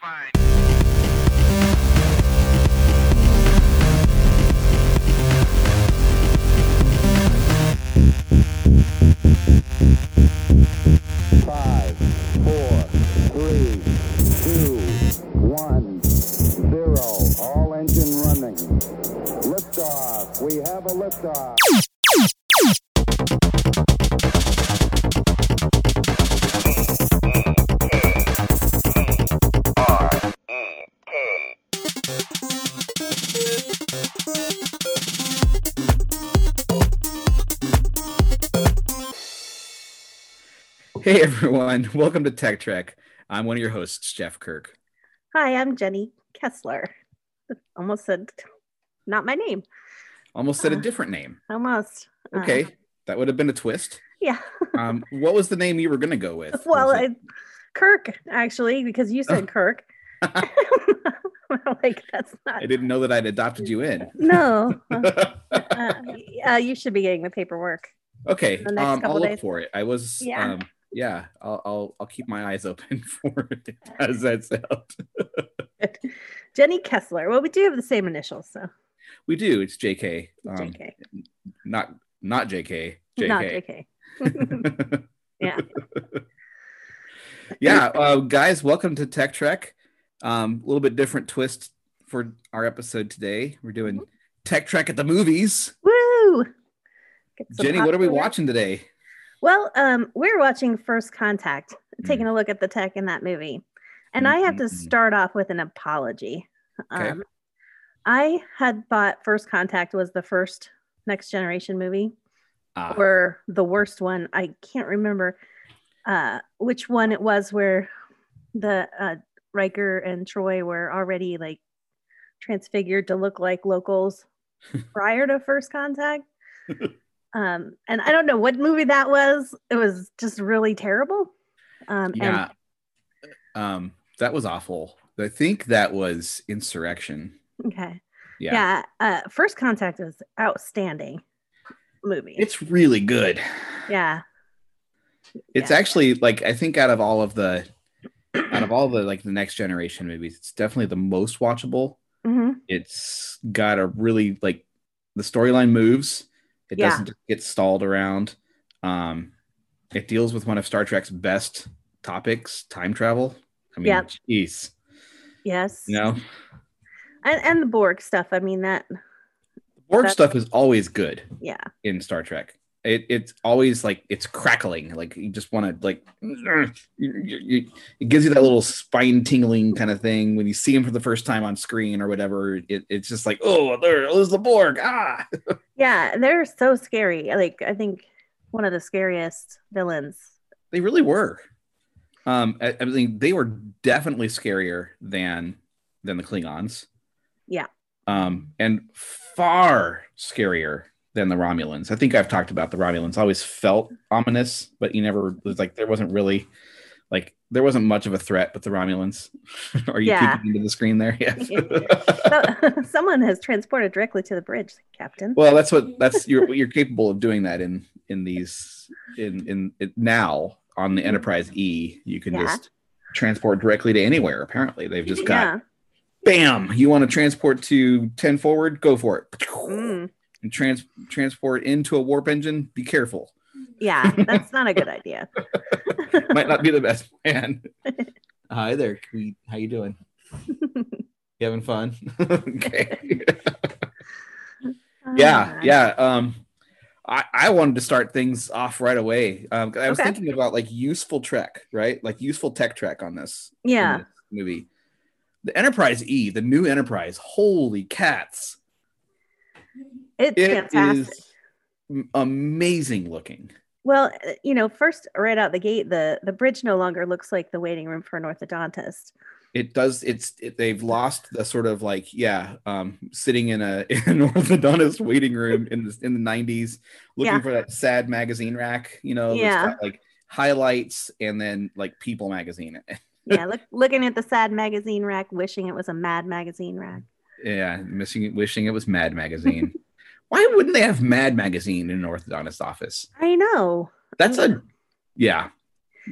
fine. Five, four, three, two, one, zero. All engine running. Liftoff. We have a liftoff. Hey everyone, welcome to Tech Trek. I'm one of your hosts, Jeff Kirk. Hi, I'm Jenny Kessler. Almost said not my name. Almost said a Uh. different name. Almost. Uh, Okay, that would have been a twist. yeah. Um, what was the name you were going to go with? Well, Was it- I, Kirk actually, because you said Kirk. like that's not. I didn't know that I'd adopted you in. No. uh, uh, you should be getting the paperwork. okay, The next um, I'll couple look days. for it. I was, Yeah. um, yeah, I'll, I'll, I'll keep my eyes open for it as that's out. Jenny Kessler. Well, we do have the same initials, so We do. It's JK. Um, JK, Not not JK. JK. not JK. Yeah. yeah, uh, guys, welcome to Tech Trek. Um, A little bit different twist for our episode today. We're doing Tech Trek at the movies. Woo! Get some Jenny, what are we popcorn. watching today? Well, um, we're watching First Contact, taking a look at the tech in that movie. And I have to Mhm. start off with an apology. Okay. Um, I had thought First Contact was the first Next Generation movie Ah, or the worst one. I can't remember uh, which one it was where the uh, Riker and Troy were already like transfigured to look like locals prior to First Contact. um, and I don't know what movie that was. It was just really terrible. Um, yeah. And Um, that was awful. I think that was Insurrection. okay. Yeah. Yeah. uh, First Contact was outstanding movie. It's really good. yeah. It's Yeah. actually like I think out of all of the out of all the like the next generation movies, it's definitely the most watchable. hmm it's got a really like the storyline moves it Yeah. doesn't get stalled around um it deals with one of star trek's best topics time travel i mean Yep. jeez Yes. you know And, and the Borg stuff. I mean, that, borg That's- stuff is always good yeah. in star trek it, it's always like it's crackling like you just want to like it gives you that little spine tingling kind of thing when you see him for the first time on screen or whatever it, it's just like oh there is the borg ah Yeah, they're so scary. Like I think one of the scariest villains. They really were. Um, I, I mean, they were definitely scarier than than the Klingons. Yeah. Um, and far scarier than the Romulans. I think I've talked about the Romulans. Always felt ominous, but you never was like there wasn't really like there wasn't much of a threat with the Romulans. Are you Yeah. peeking into the screen there? Yes. So- someone has transported directly to the bridge, Captain. well, that's what that's you're you're capable of doing that in in these in in, in now on the Enterprise E. You can Mm-hmm. Yeah. just transport directly to anywhere. Apparently, they've just got bam. You want to transport to ten forward? Go for it. Yeah. Mm. And trans transport into a warp engine. Be careful. yeah, that's not a good idea. Might not be the best plan. Hi there. Kweet. How you doing? You having fun? okay. yeah Uh, yeah um i i wanted to start things off right away um 'cause i was Okay. thinking about like useful trek right like useful tech trek on this in Yeah. this movie the enterprise e the new enterprise holy cats It's it is fantastic. m- amazing looking Well, uh, you know, first right out the gate, the the bridge no longer looks like the waiting room for an orthodontist. it does it's it, they've lost the sort of like yeah um sitting in a in an orthodontist waiting room in the, in the 90s looking Yeah. for that sad magazine rack you know that's Yeah. got, like highlights and then like people magazine Yeah, look, looking at the sad magazine rack, wishing it was a mad magazine rack. Yeah, missing it, wishing it was Mad Magazine. Why wouldn't they have Mad Magazine in an orthodontist office? I know. That's a yeah.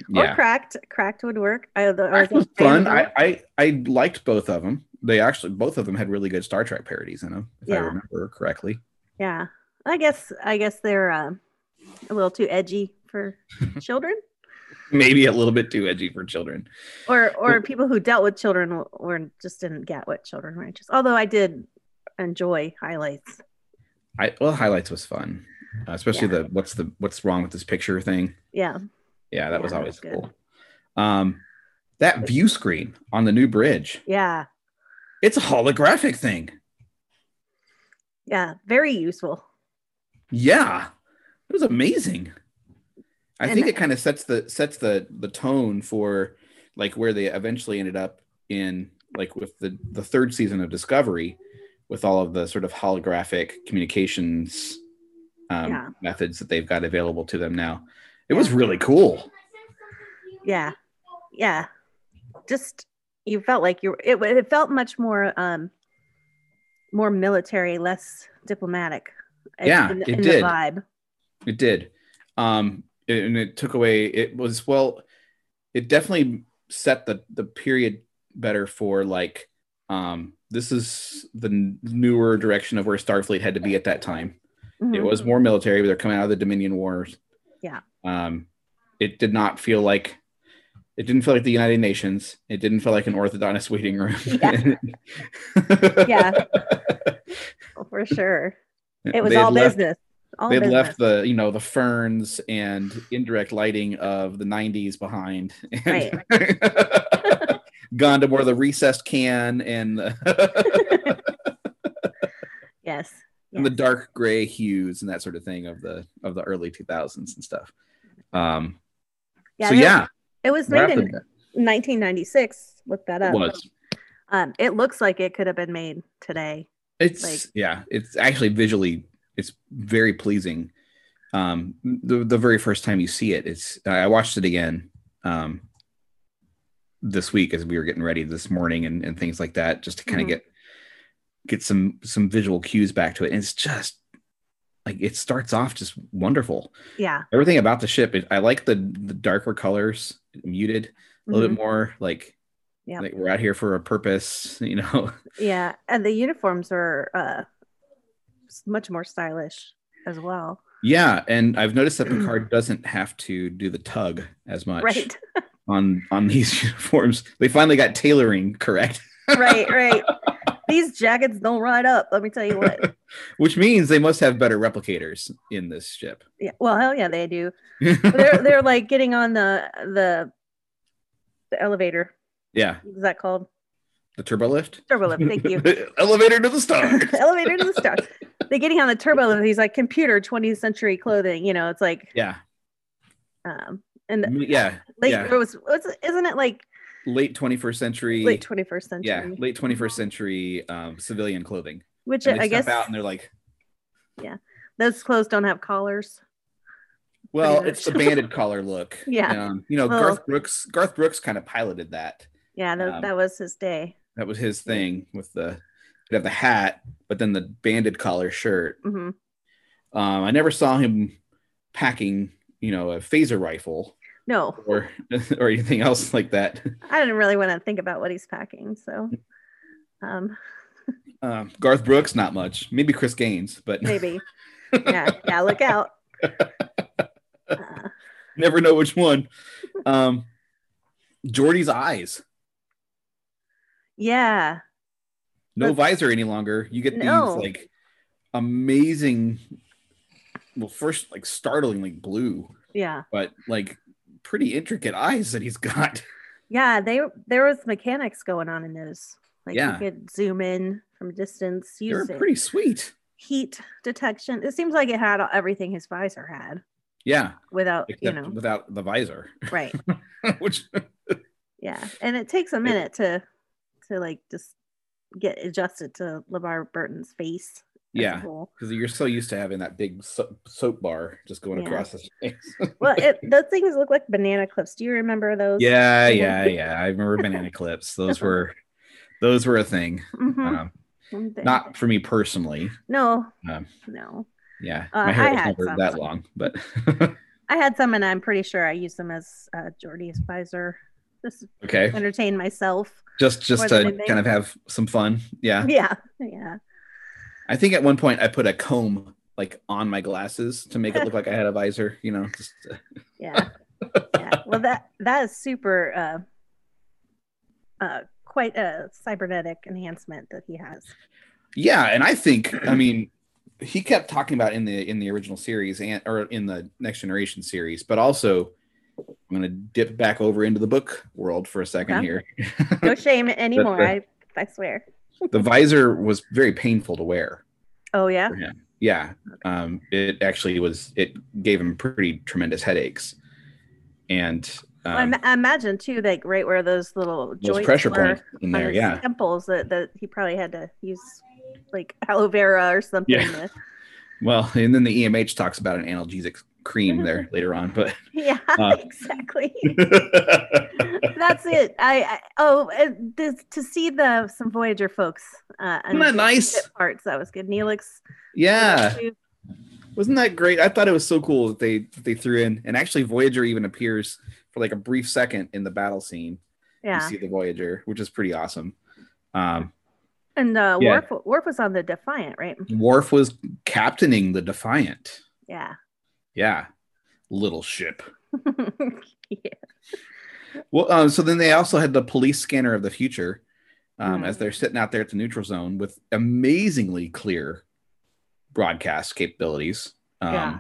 yeah. Mm. Or cracked. Cracked would work. I, I It was think- fun. I, I I liked both of them. They actually both of them had really good Star Trek parodies in them, if I Yeah. remember correctly. yeah. I guess I guess they're um a little too edgy for children, Maybe a little bit too edgy for children. or or Well- people who dealt with children w- or just didn't get what children were just. Although I did enjoy highlights. I well, highlights was fun, uh, especially the what's the what's wrong with this picture thing. Yeah. Yeah, that Yeah, was that always was good. cool. Um, that view screen on the new bridge, Yeah. it's a holographic thing. Yeah. Very useful. Yeah, it was amazing. I And- think it kind of sets the sets the the tone for like where they eventually ended up in like with the the third season of Discovery, with all of the sort of holographic communications um, Yeah. methods that they've got available to them now. It was really cool. Yeah. Yeah. Just you felt like you were, it, it felt much more um more military, less diplomatic. in- Yeah, in, the- it in did. the vibe. It did. Um, it- and it took away. It was well. It definitely set the the period better for like. Um, this is the n- newer direction of where Starfleet had to be at that time. It Mhm. was more military, but they're coming out of the Dominion Wars. Yeah. Um, it did not feel like. It didn't feel like the United Nations. It didn't feel like an orthodontist waiting room. Yeah. Yeah. Oh, for sure. It was They had all left- business. All they had business. left the you know the ferns and indirect lighting of the 90s behind and gone to more the recessed can and the, yes. and the yes. dark gray hues and that sort of thing of the of the early 2000s and stuff um so and it- yeah It was we're made in after 1996. Look that that. up. It was Um, it looks like it could have been made today. it's like- yeah it's actually visually it's very pleasing um the, the very first time you see it it's i watched it again um this week as we were getting ready this morning and, and things like that just to kind of Mhm. get get some some visual cues back to it and it's just like it starts off just wonderful Yeah. everything about the ship it, i like the the darker colors muted a little Mhm. bit more like Yeah. like we're out here for a purpose you know Mm-hmm. Yeah. And the uniforms are uh, s- much more stylish as well. Yeah, and I've noticed that Picard doesn't have to do the tug as much Right. on on these uniforms. They finally got tailoring correct, right. Right. These jackets don't ride up. Let me tell you what. which means they must have better replicators in this ship. Yeah. Well, hell yeah, they do. They're they're like getting on the the the elevator. yeah, What is that called? the turbo lift. Turbo lift. Thank you. Elevator to the stars. elevator to the stars. They're getting on the turbo lift. He's like computer 20th century clothing. You know, it's like yeah, um and Mm, yeah. late yeah. it was, was isn't it like Late 21st century. late 21st century? yeah, late 21st century um, civilian clothing. Which And they I step guess out and they're like, those clothes don't have collars. well, much. it's the banded collar look. Yeah. um, you know, Well- Garth Brooks. Garth Brooks kind of piloted that. Yeah, tho- Um, that was his day. That was his thing with the he'd have the hat, but then the banded collar shirt. hmm Um, I never saw him packing, you know, a phaser rifle No, or or anything else like that. I didn't really want to think about what he's packing. So um, Um, Garth Brooks, not much. Maybe Chris Gaines, but maybe. yeah, yeah, look out. Uh, never know which one. Um, Jordy's eyes, yeah, no That's- visor any longer. You get No. these like amazing, well, first like startlingly blue, yeah, but like pretty intricate eyes that he's got. yeah. They there was mechanics going on in those. Like Yeah. you could zoom in from a distance, They were use it. pretty sweet. heat detection. It seems like it had everything his visor had Yeah, without except you know without the visor, right. which Yeah, and it takes a minute to to like just get adjusted to LeVar Burton's face. as a yeah, whole. because you're so used to having that big so- soap bar just going Yeah. across his face. Well, it, those things look like banana clips. Do you remember those? yeah, yeah, yeah. I remember banana clips. Those were those were a thing. Mhm. Um, And they- not for me personally. no, um, no. Yeah, Uh, my hair I was had never some. that long, but I had some, and I'm pretty sure I used them as uh, Jordy Spicer. Just Okay. entertain myself. Just just More than to anything. kind of have some fun. Yeah. Yeah, yeah. I think at one point I put a comb like on my glasses to make it look like I had a visor, you know. Just uh, yeah yeah well that that is super uh uh quite a cybernetic enhancement that he has yeah, and I think I mean he kept talking about in the in the original series and or in the next generation series, but also I'm gonna dip back over into the book world for a second Okay. here. no shame anymore i i swear The visor was very painful to wear. oh yeah Yeah. Um, it actually was it gave him pretty tremendous headaches. And Well, I um, ma- I imagine too like right where those little those joints pressure were points in on there, his yeah. temples that, that he probably had to use like aloe vera or something Yeah. to- Well, and then the EMH talks about an analgesic cream there later on, but yeah Uh. exactly that's it i, I oh uh, this, to see the some voyager folks uh Isn't and that nice? parts that was good neelix yeah, too. wasn't that great? I thought it was so cool that they that they threw in, and actually Voyager even appears for like a brief second in the battle scene. You yeah see the Voyager, which is pretty awesome. Um, And uh, Yeah. Worf, Worf was on the Defiant, right? Worf was captaining the Defiant. Yeah. Yeah, little ship. yeah. Well, um, so then they also had the police scanner of the future um, Mhm. as they're sitting out there at the neutral zone with amazingly clear broadcast capabilities. Um, Yeah.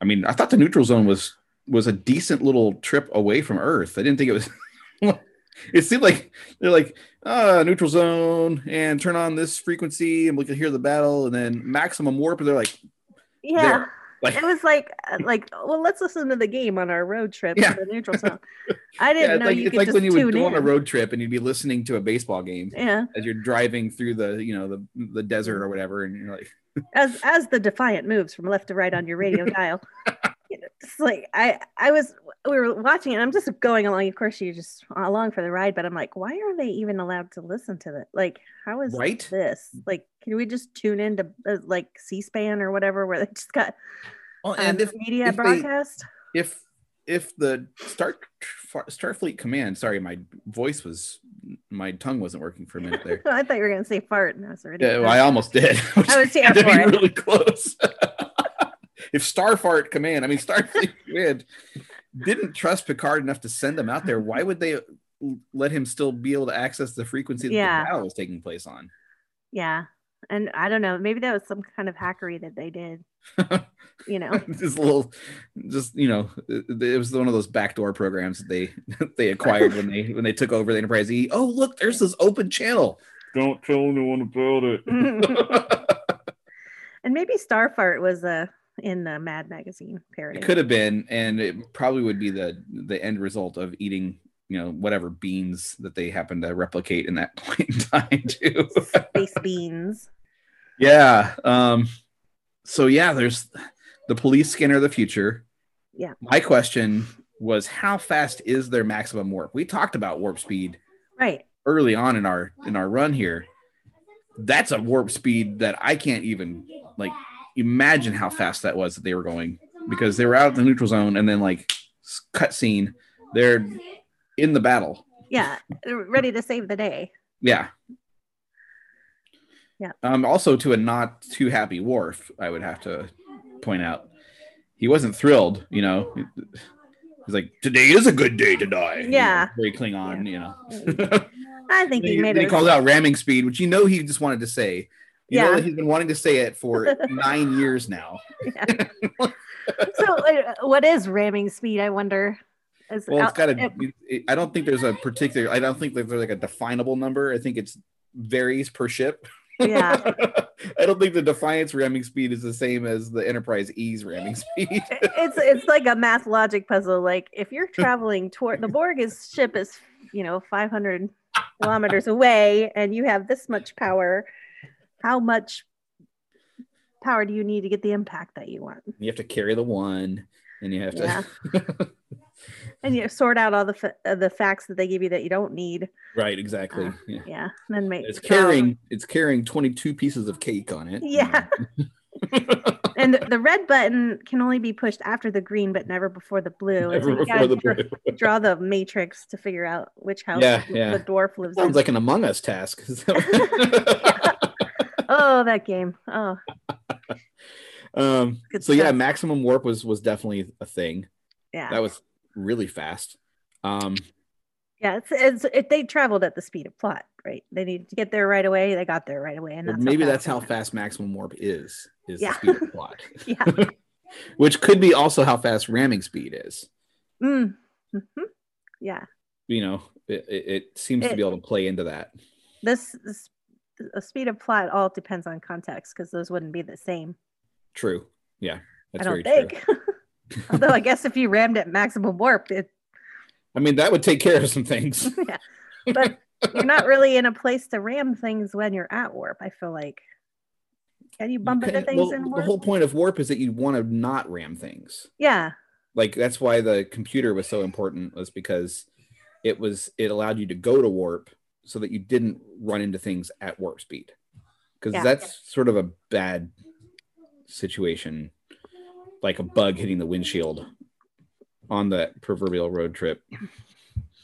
I mean, I thought the neutral zone was was a decent little trip away from Earth. I didn't think it was. it seemed like they're like uh, neutral zone and turn on this frequency and we can hear the battle and then maximum warp. And they're like, Yeah. There. Like- it was like, uh, like, well, let's listen to the game on our road trip Yeah. to the neutral zone. I didn't it's know like, you it's could like just when you tune would go on in. a road trip and you'd be listening to a baseball game. Yeah, as you're driving through the you know the the desert or whatever and you're like as as the Defiant moves from left to right on your radio dial. You know, It's like I I was we were watching it. I'm just going along. Of course, you're just along for the ride. But I'm like, why are they even allowed to listen to that? Like, how is right this? Like, can we just tune into uh, like C-SPAN or whatever where they just got well, and Oh, and if media if they- broadcast. if if the star starfleet command sorry my voice was my tongue wasn't working for a minute there I thought you were going to say fart, and I was already. yeah, well, i almost did which I was here had to for be it. really close if starfart command i mean starfleet command didn't trust picard enough to send him out there why would they let him still be able to access the frequency that Yeah. the battle was taking place on yeah, and I don't know. Maybe that was some kind of hackery that they did. you know, just a little just you know it, it was one of those backdoor programs that they they acquired when they when they took over the enterprise e oh look there's this open channel Don't tell anyone about it. and maybe Starfart was uh, in the Mad Magazine parody. it could have been and it probably would be the the end result of eating you know whatever beans that they happen to replicate in that point in time too Space beans. yeah um so yeah there's the police scanner of the future Yeah. my question was how fast is their maximum warp we talked about warp speed Right. early on in our in our run here that's a warp speed that i can't even like imagine how fast that was that they were going because they were out of the neutral zone and then like s- cutscene they're in the battle Yeah. They're ready to save the day. yeah Yeah. um also to a not too happy wharf i would have to point out he wasn't thrilled you know he's like today is a good day to die you know, Yeah. very klingon you know I think he he, made he it. calls out ramming speed, which you know he just wanted to say. You know Yeah. that he's been wanting to say it for nine years now. So, uh, what is ramming speed? I wonder. Is Well, out- it's got it- to. I don't think there's a particular. I don't think that there's like a definable number. I think it's varies per ship. yeah. I don't think the Defiance ramming speed is the same as the Enterprise E's ramming speed. it's it's like a math logic puzzle. Like if you're traveling toward the Borg's ship is you know 500 kilometers away, and you have this much power, how much power do you need to get the impact that you want? you have to carry the one, and you have to. Yeah. And you sort out all the fa- uh, the facts that they give you that you don't need. Right. Exactly. Uh, yeah. Yeah, and then make It's carrying. It's carrying twenty two pieces of cake on it. Yeah. um, and the, the red button can only be pushed after the green, but never before the blue. And Never so you before gotta the dra- blue. draw the matrix to figure out which house Yeah, the yeah. dwarf lives in. Sounds like an Among Us task. oh, that game. Oh, um, Good so yeah, stuff. Ah. maximum warp was was definitely a thing. yeah. That was really fast. Um, yeah, it's, it's it, they traveled at the speed of plot, right? They needed to get there right away. They got there right away, and Well, that's maybe how that's they how went. fast maximum warp is is Yeah. the speed of plot Yeah. which could be also how fast ramming speed is Mm. hmm Yeah. you know it, it, it seems to It- be able to play into that This, this the speed of plot all depends on context because those wouldn't be the same. true yeah that's I very don't true think. Although I guess if you rammed at maximum warp, it, i mean that would take care of some things yeah. But you're not really in a place to ram things when you're at warp. I feel like. Can you bump into Okay, things well, in the warp? whole point of warp is that you want to not ram things yeah. like that's why the computer was so important was because it was it allowed you to go to warp so that you didn't run into things at warp speed because Yeah. that's sort of a bad situation like a bug hitting the windshield on the proverbial road trip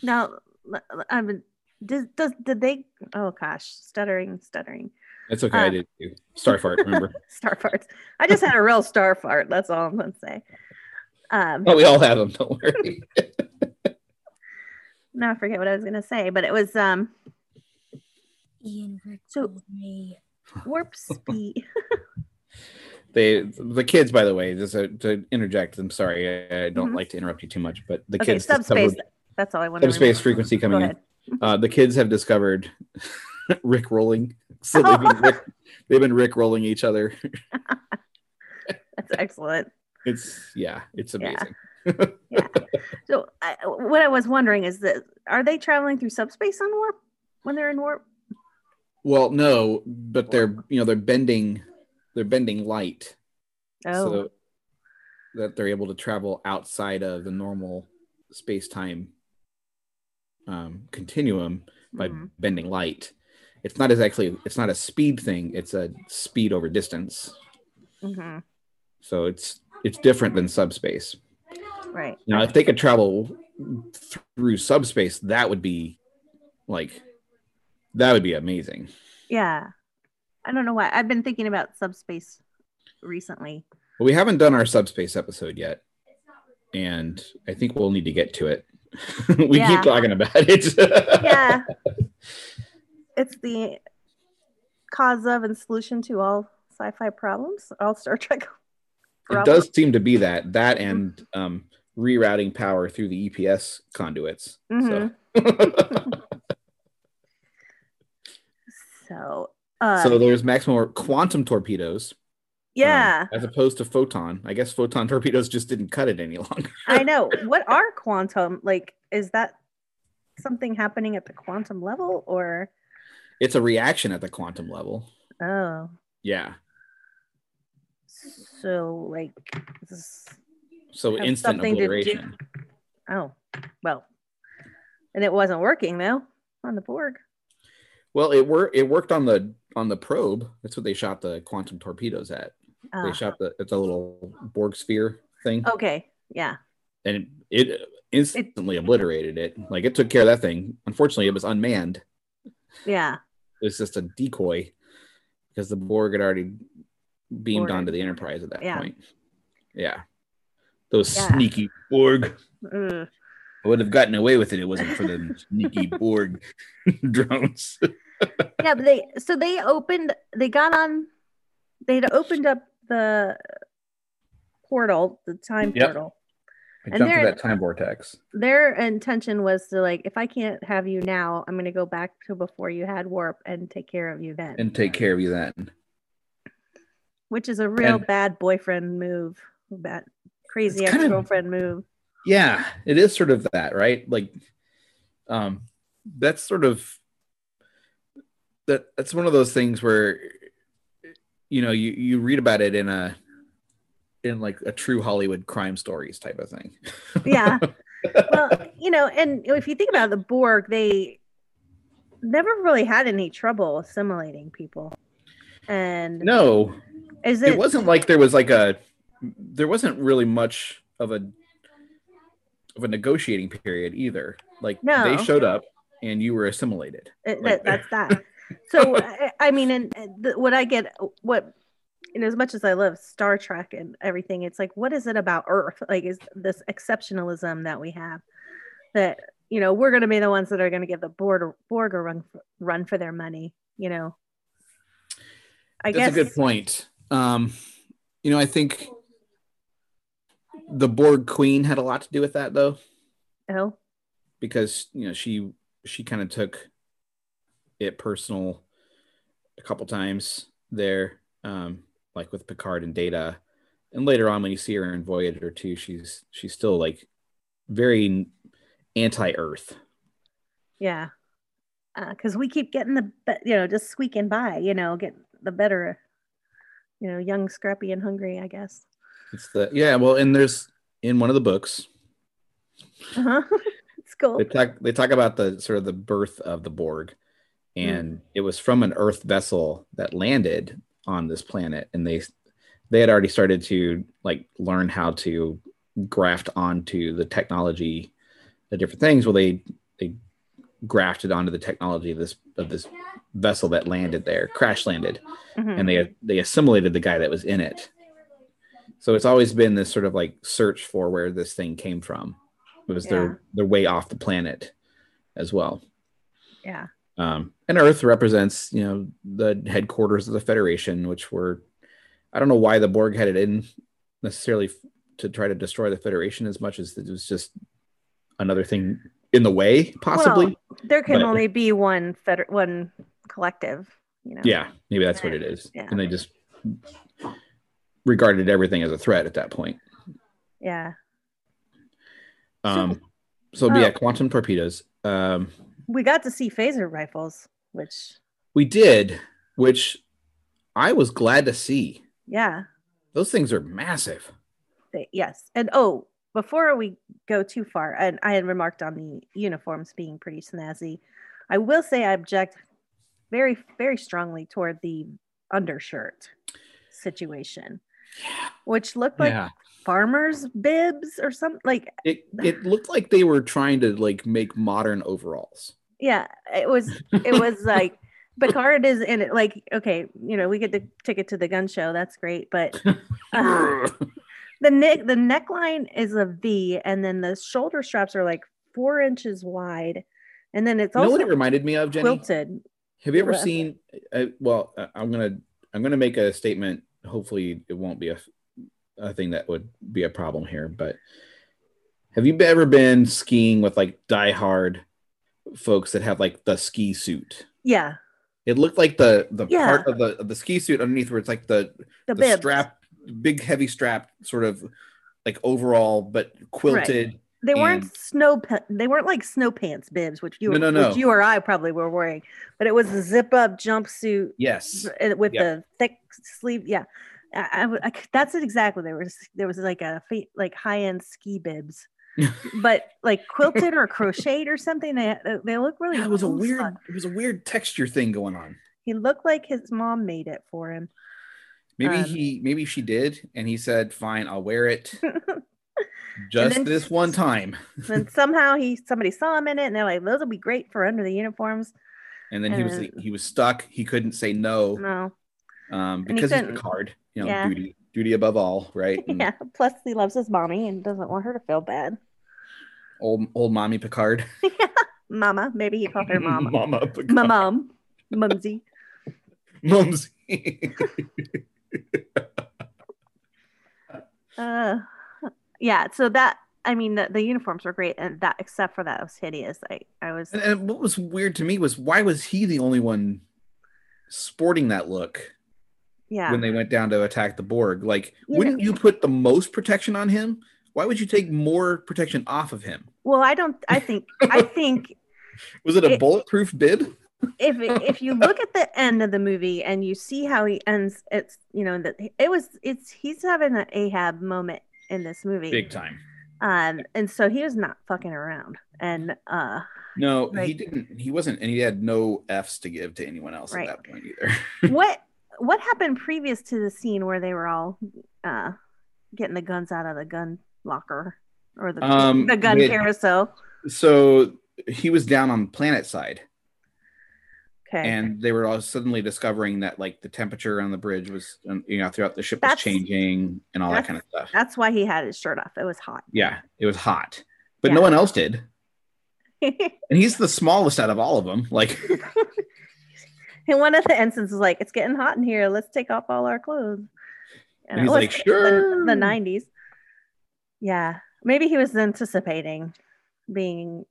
Now, l- l- I mean, did, does, did they? Oh gosh, stuttering, stuttering, that's okay i Uh. did too star fart remember star farts. I just had a real star fart. That's all I'm gonna say. Um, oh we all have them don't worry now I forget what I was gonna say, but it was um Ian Rick So- told me warp speed. they the kids by the way just uh, to interject i'm sorry i I don't Mhm. like to interrupt you too much but the okay, kids discovered- subspace. That's all I want. subspace frequency Go coming in ahead. uh, the kids have discovered Rick rolling. So they've been Rick, they've been Rick rolling each other. That's excellent. It's yeah, it's Yeah. amazing. So, I, what I was wondering is that are they traveling through subspace on warp when they're in warp? Well, no, but they're you know they're bending, they're bending light, Oh, so that they're able to travel outside of the normal space time um, continuum by mhm. bending light. It's not exactly it's not a speed thing. It's a speed over distance. Mhm. So it's it's different than subspace. right. Now, if they could travel through subspace, that would be like that would be amazing. Yeah, I don't know why. I've been thinking about subspace recently. But we haven't done our subspace episode yet, and I think we'll need to get to it. we Yeah. keep talking about it. Yeah, it's the cause of and solution to all sci-fi problems, all Star Trek. it does seem to be that that Mm-hmm. and um, rerouting power through the EPS conduits. Mm-hmm. So. So, uh, so there's maximum quantum torpedoes. um, yeah, as opposed to photon. I guess photon torpedoes just didn't cut it any longer. I know. What are quantum? Like, is that something happening at the quantum level or? It's a reaction at the quantum level. Oh, Yeah. so like, this is, So Have instant something to do- obliteration. oh, well, and it wasn't working though on the Borg. Well, it worked. It worked on the on the probe. That's what they shot the quantum torpedoes at. Uh, They shot the it's a little Borg sphere thing, okay, yeah, and it, it instantly obliterated it. Like it took care of that thing. Unfortunately, it was unmanned. yeah, It was just a decoy because the Borg had already beamed Borg. onto the Enterprise at that Yeah. point. Yeah, those Yeah. sneaky Borg. Ugh. I would have gotten away with it. It wasn't for them sneaky Borg drones. yeah. But they so they opened, they got on, they'd opened up the portal, the time Yep. portal. I And jumped through they're- that time vortex. Their intention was to like, if I can't have you now, I'm gonna go back to before you had warp and take care of you then, and take care of you then. which is a real and- bad boyfriend move, bad crazy It's kind ex of- girlfriend move. Yeah, it is sort of that, right? Like, um, that's sort of that. That's one of those things where, you know, you you read about it in a in like a true Hollywood crime stories type of thing. yeah well you know and if you think about the borg they never really had any trouble assimilating people and No, is it, it wasn't like there was like a there wasn't really much of a of a negotiating period either. Like No. they showed up and you were assimilated. Uh, Right that, there. that's that. So I, I mean, and uh, the, what I get, what, and as much as I love Star Trek and everything, it's like, what is it about Earth? Like, is this exceptionalism that we have that you know we're going to be the ones that are going to give the Borg Borg a run for, run for their money? You know, I That's guess a good point. Um, you know, I think the Borg Queen had a lot to do with that though. oh, because you know she she kind of took it personal a couple times there um like with picard and data and later on when you see her in voyager too she's she's still like very anti-earth yeah, because we keep getting the be- you know just squeaking by, you know, get the better, you know, young, scrappy, and hungry. I guess. it's the yeah well and there's in one of the books Uh-huh. it's cool. they talk they talk about the sort of the birth of the Borg, and it was from an Earth vessel that landed on this planet, and they they had already started to like learn how to graft onto the technology, the different things. Well, they they grafted onto the technology of this of this vessel that landed there, crash landed, Mhm. and they they assimilated the guy that was in it. So it's always been this sort of like search for where this thing came from. It was Yeah. their their way off the planet as well. Yeah. Um, and Earth represents, you know, the headquarters of the Federation, which were I don't know why the Borg had it in necessarily f- to try to destroy the Federation as much as it was just another thing in the way, possibly. Well, there can but- only be one feder- one collective, you know. yeah, maybe that's what it is. Yeah. And they just regarded everything as a threat at that point. Yeah. Um, so Oh. yeah, quantum torpedoes. Um, We got to see phaser rifles, which we did, which I was glad to see. yeah, Those things are massive. they, yes. And oh, before we go too far, and I had remarked on the uniforms being pretty snazzy. I will say I object very very strongly toward the undershirt situation. Which looked like farmers bibs or something like It it looked like they were trying to like make modern overalls. yeah it was it was like picard is in it like okay you know we get the ticket to the gun show that's great but uh, the neck the neckline is a v and then the shoulder straps are like four inches wide and then it's you know also what it reminded me of, Jenny? quilted Have you ever Yeah. seen? Uh, well, uh, I'm gonna I'm gonna make a statement. Hopefully, it won't be a a thing that would be a problem here. But have you ever been skiing with like diehard folks that have like the ski suit? yeah It looked like the the Yeah. part of the of the ski suit underneath where it's like the the, the, bib strap, big heavy strap, sort of like overall but quilted. they weren't and- snow pa- they weren't like snow pants bibs which you No, no, no. which you or i probably were wearing but it was a zip up jumpsuit Yes, uh, with Yeah. the thick sleeve. Yeah, I, I w- I c- that's it exactly. There was there was like a fa- like high end ski bibs, but like quilted or crocheted or something. They they look really. Yeah, it was a cool as weird fuck. it was a weird texture thing going on. He looked like his mom made it for him. Maybe Um, he maybe she did, and he said, "Fine, I'll wear it just then- this one time." and somehow he somebody saw him in it, and they're like, "Those will be great for under the uniforms." And then he was And- he was stuck. He couldn't say no No, um, he because he's couldn't. Picard. You know, Yeah. duty duty above all, right? And yeah. Plus, he loves his mommy and doesn't want her to feel bad. Old old mommy Picard. Mama, maybe he called her mama. Mama Picard. My mom, mumsy. Mums. Uh, yeah. So that I mean, the, the uniforms were great, and that except for that it was hideous. I I was and, uh, and what was weird to me was why was he the only one sporting that look yeah. when they went down to attack the Borg? Like, Yeah. wouldn't you put the most protection on him? Why would you take more protection off of him? Well, I don't. I think I think Was it a It- bulletproof bib? if if you look at the end of the movie and you see how he ends, it's you know that it was it's he's having an Ahab moment in this movie. time. Um, and so he was not fucking around, and uh, No, he Like- didn't. He wasn't, and he had no F's to give to anyone else Right. at that point either. what what happened previous to the scene where they were all uh getting the guns out of the gun locker or the, Um, the gun mid- carousel. So he was down on planet side, Okay. and they were all suddenly discovering that like the temperature on the bridge was, um, you know, throughout the ship was That's- changing and all that that's- kind of stuff. That's why he had his shirt off. It was hot. Yeah, it was hot, but no Yeah. one else did. And he's the smallest out of all of them. Like, and one of the ensigns was like, "It's getting hot in here. Let's take off all our clothes." And it he's was like, the- "Sure." The nineties. Yeah, maybe he was anticipating being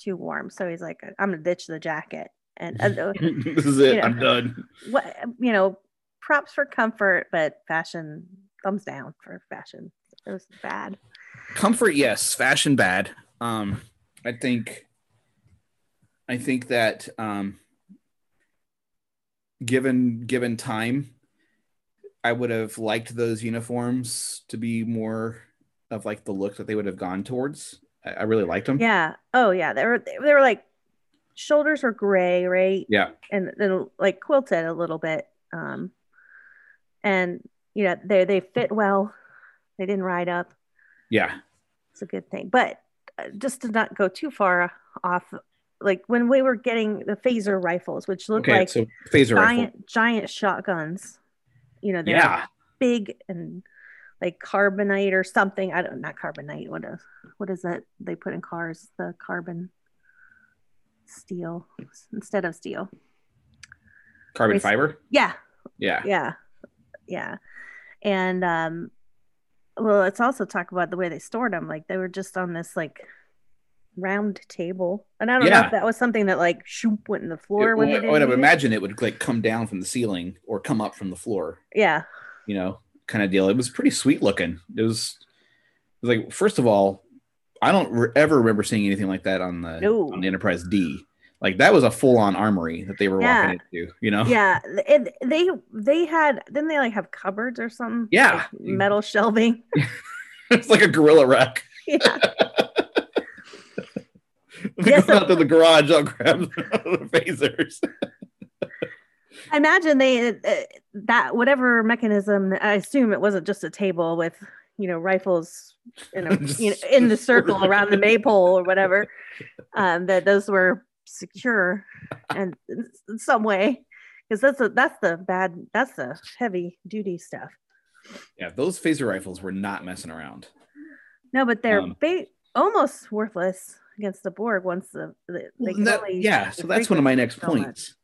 too warm, so he's like, "I'm gonna ditch the jacket." And uh, this is it. Yeah. I'm done. what you know, props for comfort, but fashion thumbs down for fashion. It was bad. Comfort, yes. Fashion, bad. Um, I think, I think that um, given given time, I would have liked those uniforms to be more of like the look that they would have gone towards. I, I really liked them. Yeah. Oh yeah. They were they were like shoulders were gray, right? Yeah. And then like quilted a little bit. Um and you know, they they fit well. They didn't ride up. Yeah. It's a good thing. But uh, just to not go too far off like when we were getting the phaser rifles, which looked Okay. like so phaser giant rifle. giant shotguns. You know, they're Yeah. big and like carbonite or something. I don't not carbonite. What is what is that they put in cars? The carbon steel instead of steel. Carbon Waste- fiber. Yeah, Yeah. yeah, yeah. And um, well, let's also talk about the way they stored them. Like they were just on this like round table, and I don't know Yeah. if that was something that like shoop went in the floor It- oh, when they I did would have imagined it would like come down from the ceiling or come up from the floor. Yeah, you know, kind of deal. It was pretty sweet looking. It was, it was like, first of all, I don't re- ever remember seeing anything like that on the No. on the Enterprise D. Like that was a full on armory that they were Yeah. walking into. You know, yeah. And they they had didn't they like have cupboards or something? Yeah. Like, metal shelving. it's like a gorilla wreck. yeah. They Yes, go sir. out to the garage. I'll grab the phasers. I imagine they uh, that whatever mechanism. I assume it wasn't just a table with you know rifles in a, Just- you know, in the just sort circle of- around the maypole or whatever. Um, that those were secure and in some way because that's the that's the bad that's the heavy duty stuff. Yeah, those phaser rifles were not messing around. No, but they're Um, ba- almost worthless against the Borg once the, the they Well, can that- only yeah, use so the that's one of my frequency next so much. points,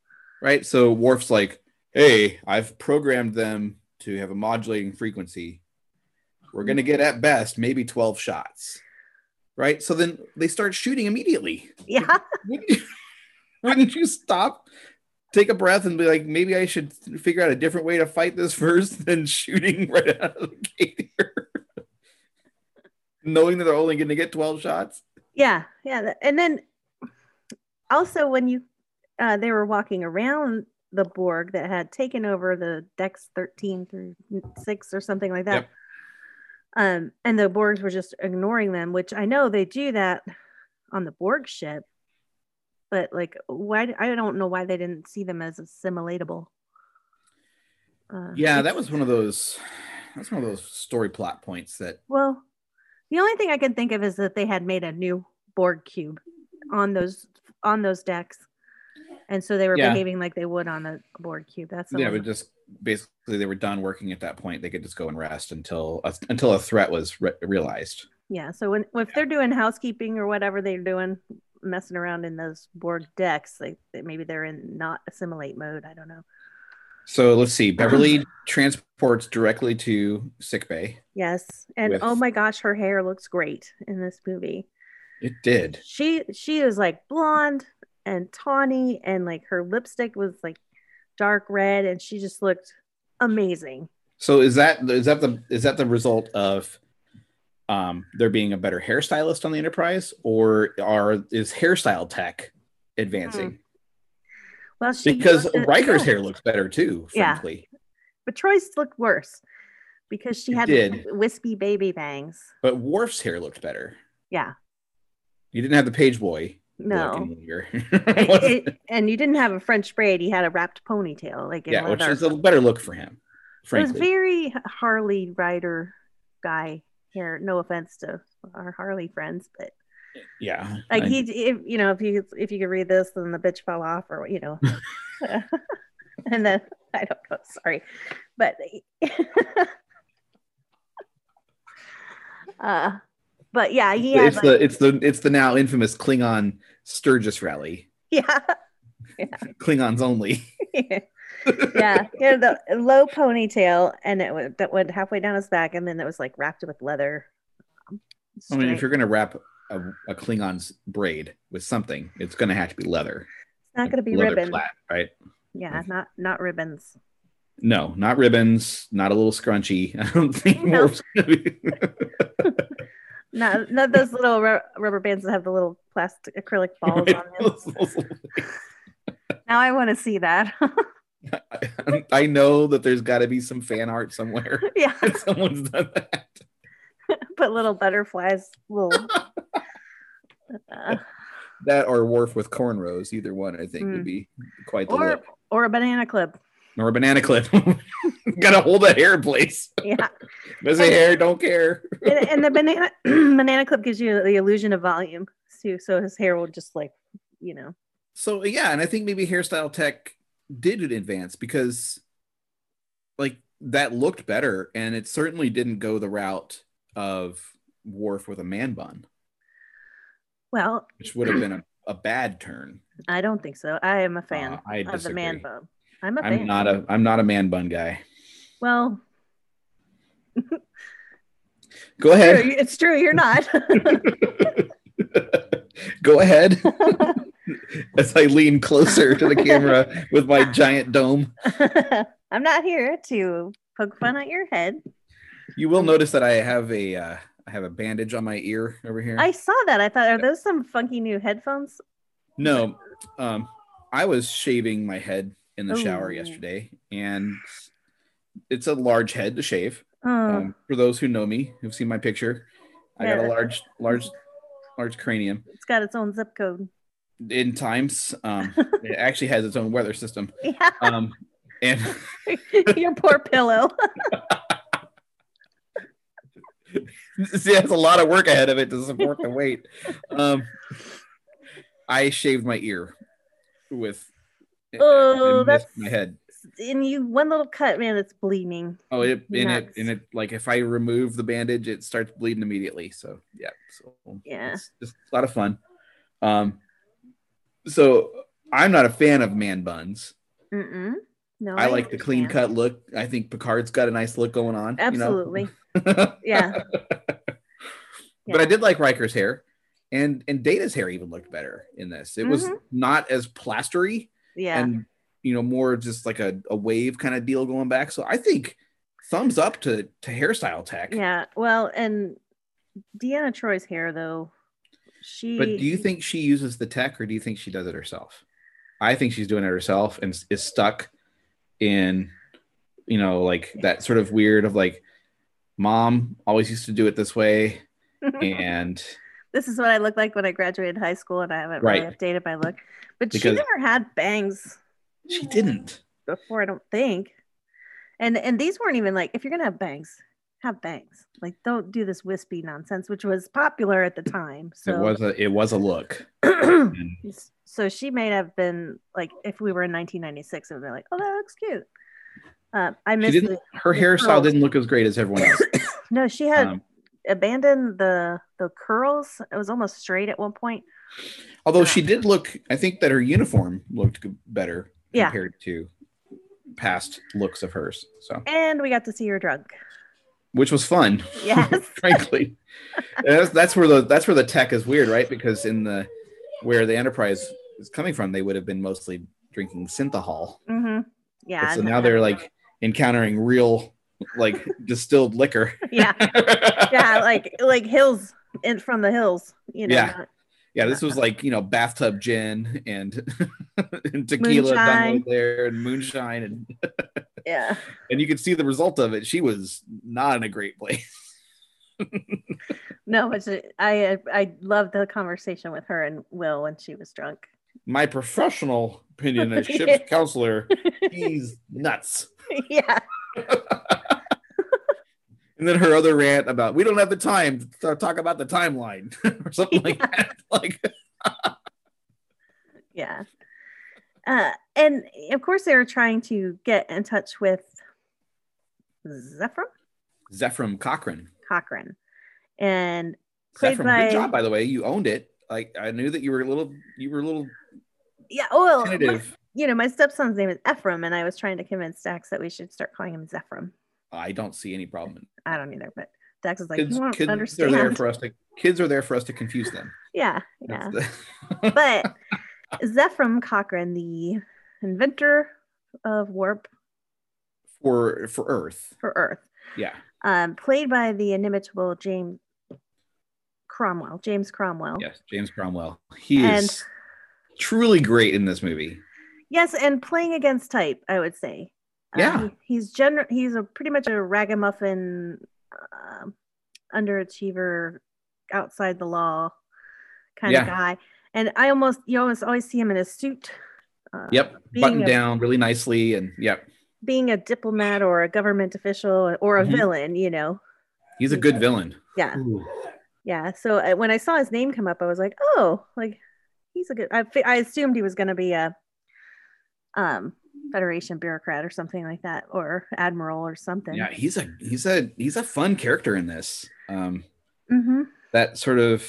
right? So Worf's like, "Hey, I've programmed them to have a modulating frequency. We're gonna get at best maybe twelve shots, right? So then they start shooting immediately. Yeah, Wouldn't you, wouldn't you stop, take a breath, and be like, maybe I should figure out a different way to fight this first than shooting right out of the gate here, knowing that they're only gonna get twelve shots? Yeah, yeah, th- and then also when you uh, they were walking around the Borg that had taken over the decks thirteen through six or something like that, Yep. um, and the Borgs were just ignoring them, which I know they do that on the Borg ship, but like why I don't know why they didn't see them as assimilatable. Uh, yeah that it's- was one of those that's one of those story plot points that Well, the only thing I can think of is that they had made a new Borg cube on those on those decks, and so they were Yeah. behaving like they would on a Borg cube. That's the yeah only- but just basically they were done working at that point they could just go and rest until a, until a threat was re- realized yeah. So when if they're doing housekeeping or whatever they're doing, messing around in those Borg decks, like they, maybe they're in not assimilate mode. I don't know. so let's see beverly transports directly to sick bay Yes, and With- oh my gosh, her hair looks great in this movie. it did She she is like blonde and tawny, and like her lipstick was like dark red, and she just looked amazing. so is that is that the is that the result of um there being a better hairstylist on the enterprise or are is hairstyle tech advancing Well, she because looked- Riker's no, hair looks better too Yeah. frankly but Troy's looked worse because she It had did. wispy baby bangs. But Worf's hair looked better. Yeah. You didn't have the page boy. look No, in your- It- and you didn't have a French braid; you had a wrapped ponytail, like in yeah, one of which our- is a better look for him, it was frankly. very Harley Rider guy here. No offense to our Harley friends, but Yeah. like I- he, if, you know, if you if you could read this, then the bitch fell off, or you know, and then I don't know. Sorry, but uh, but yeah, he had it's like, the it's the it's the now infamous Klingon Sturgis rally. yeah. Klingons only. yeah, he had the low ponytail, and it went, that went halfway down his back, and then it was like wrapped with leather. I mean, if Straight. you're gonna wrap a, a Klingon's braid with something, it's gonna have to be leather. it's not going to be Leather ribbon. plaid, right? Yeah, not not ribbons. No, not ribbons, not a little scrunchy. I don't think No. Worf's gonna be- Not not those little ru- rubber bands that have the little plastic acrylic balls on them. Now I want to see that. I know that there's got to be some fan art somewhere. yeah, that Someone's done that. put little butterflies, little. Uh, That or Worf with cornrows. Either one, I think, Mm. would be quite the or look. or a banana clip. Or a banana clip. Gotta hold that hair in place. Yeah, Messy hair, don't care. and, and the banana banana clip gives you the illusion of volume too. So his hair will just like, you know. So yeah, and I think maybe hairstyle tech did it advance because like that looked better and it certainly didn't go the route of Worf with a man bun, Well, which would have been a, a bad turn. I don't think so. I am a fan Uh, I of the man disagree. bun. I'm a fan. I'm not a I'm not a man bun guy. well, Go true, ahead. it's true. You're not. Go ahead. As I lean closer to the camera with my giant dome. I'm not here to poke fun at your head. You will notice that I have a uh, I have a bandage on my ear over here. I saw that. I thought, are those some funky new headphones? No, um, I was shaving my head in the shower Ooh. yesterday, and it's a large head to shave. Oh, Um, for those who know me, who've seen my picture, I got Yeah. a large, large, large cranium. it's got its own zip code. In times, um, it actually has its own weather system. Yeah, Um, and your poor pillow. See, that's a lot of work ahead of it to support the weight. Um, I shaved my ear with. I- I Oh, missed that's- my head. and you, one little cut, man, it's bleeding. Oh, it and it Nuts. and it like if I remove the bandage, it starts bleeding immediately. So yeah, so Yeah. it's just a lot of fun. Um, so I'm not a fan of man buns. Mm-mm. No, I like the clean understand. cut look. I think Picard's got a nice look going on. you know? Absolutely. Yeah. But I did like Riker's hair, and and Data's hair even looked better in this. It was Mhm. not as plastery Yeah. and you know more just like a, a wave kind of deal going back. So I think thumbs up to to hairstyle tech. Yeah, well, and Deanna Troy's hair though, she. But do you think she uses the tech or do you think she does it herself? I think she's doing it herself and is stuck in, you know, like that sort of weird of like, mom always used to do it this way. And this is what I looked like when I graduated high school, and I haven't really Right. updated my look. But she Because- never had bangs she didn't. before, I don't think. And and these weren't even like if you're gonna have bangs, have bangs. Like don't do this wispy nonsense, which was popular at the time. So It was a it was a look. And so she may have been like if we were in 1996, it would be like, oh, that looks cute. Uh, I She missed didn't it. her the hairstyle curls. didn't look as great as everyone else. No, she had Um, abandoned the the curls. It was almost straight at one point. although she did look I think that her uniform looked g- better Yeah. compared to past looks of hers. So And we got to see her drunk. which was fun. Yes. frankly. And that's, that's where the that's where the tech is weird, right? Because in the where the Enterprise is coming from, they would have been mostly drinking synthahol. hmm Yeah. so and- now they're like encountering real like distilled liquor. yeah, yeah, like like hills in from the hills. You know, Yeah. not- Yeah, this was like, you know, bathtub gin and, and tequila done Moonshine. right there and moonshine and yeah. and you could see the result of it. She was not in a great place. No, but she- I I loved the conversation with her and Will when she was drunk. My professional opinion as Yeah. ship's counselor, he's nuts. yeah, And then her other rant about we don't have the time to th- talk about the timeline or something like that. Like yeah. Uh, and of course, they were trying to get in touch with Zephyr Zephram Cochran. Cochran, and Played Zephram, by- good job by the way. You owned it. Like I knew that you were a little you were a little yeah, oh, well, my- tentative. you know, my stepson's name is Ephraim, and I was trying to convince Dax that we should start calling him Zephram. I don't see any problem. in- I don't either, but Dax is like, Kids, you won't kids are understand. there for us to kids are there for us to confuse them. yeah, yeah. That's the- but Zephram Cochrane, the inventor of warp for for Earth. for Earth, Yeah. um, played by the inimitable James Cromwell, James Cromwell. Yes, James Cromwell. He And- is truly great in this movie. Yes, and playing against type, I would say. Uh, Yeah. he- he's gener- He's a pretty much a ragamuffin, um underachiever, outside the law kind Yeah. of guy. And I almost, you almost always see him in a suit. Uh, Yep. being Buttoned a- down really nicely and yep. Being a diplomat or a government official or a Mhm. villain, you know. He's a good villain. Yeah, yeah. So uh, when I saw his name come up, I was like, oh, like he's a good. I, fi- I assumed he was going to be a um Federation bureaucrat or something like that, or admiral or something. Yeah, he's a he's a he's a fun character in this. Um hmm that sort of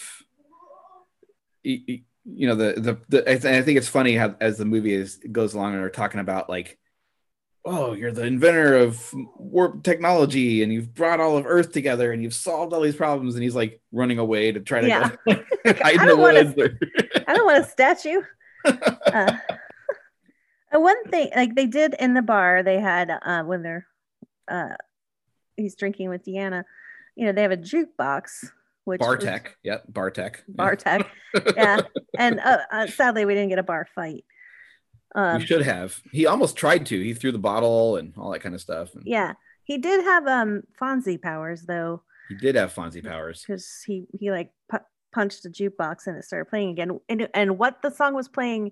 y- y- you know the the, the I th- I think it's funny how as the movie is goes along and they're talking about like oh you're the inventor of warp technology and you've brought all of earth together and you've solved all these problems and he's like running away to try to Yeah. go, hide in the don't wanna- woods or- I don't want a statue. uh, and one thing, like they did in the bar, they had uh, when they're uh, he's drinking with Deanna, you know, they have a jukebox, which was- bartek yep bartek Bartek, yeah. And uh, uh, sadly, we didn't get a bar fight. Um, you should have he almost tried to he threw the bottle and all that kind of stuff and Yeah, he did have um Fonzie powers though, he did have fonzie powers because he he like pu- punched a jukebox and it started playing again. And and what the song was playing,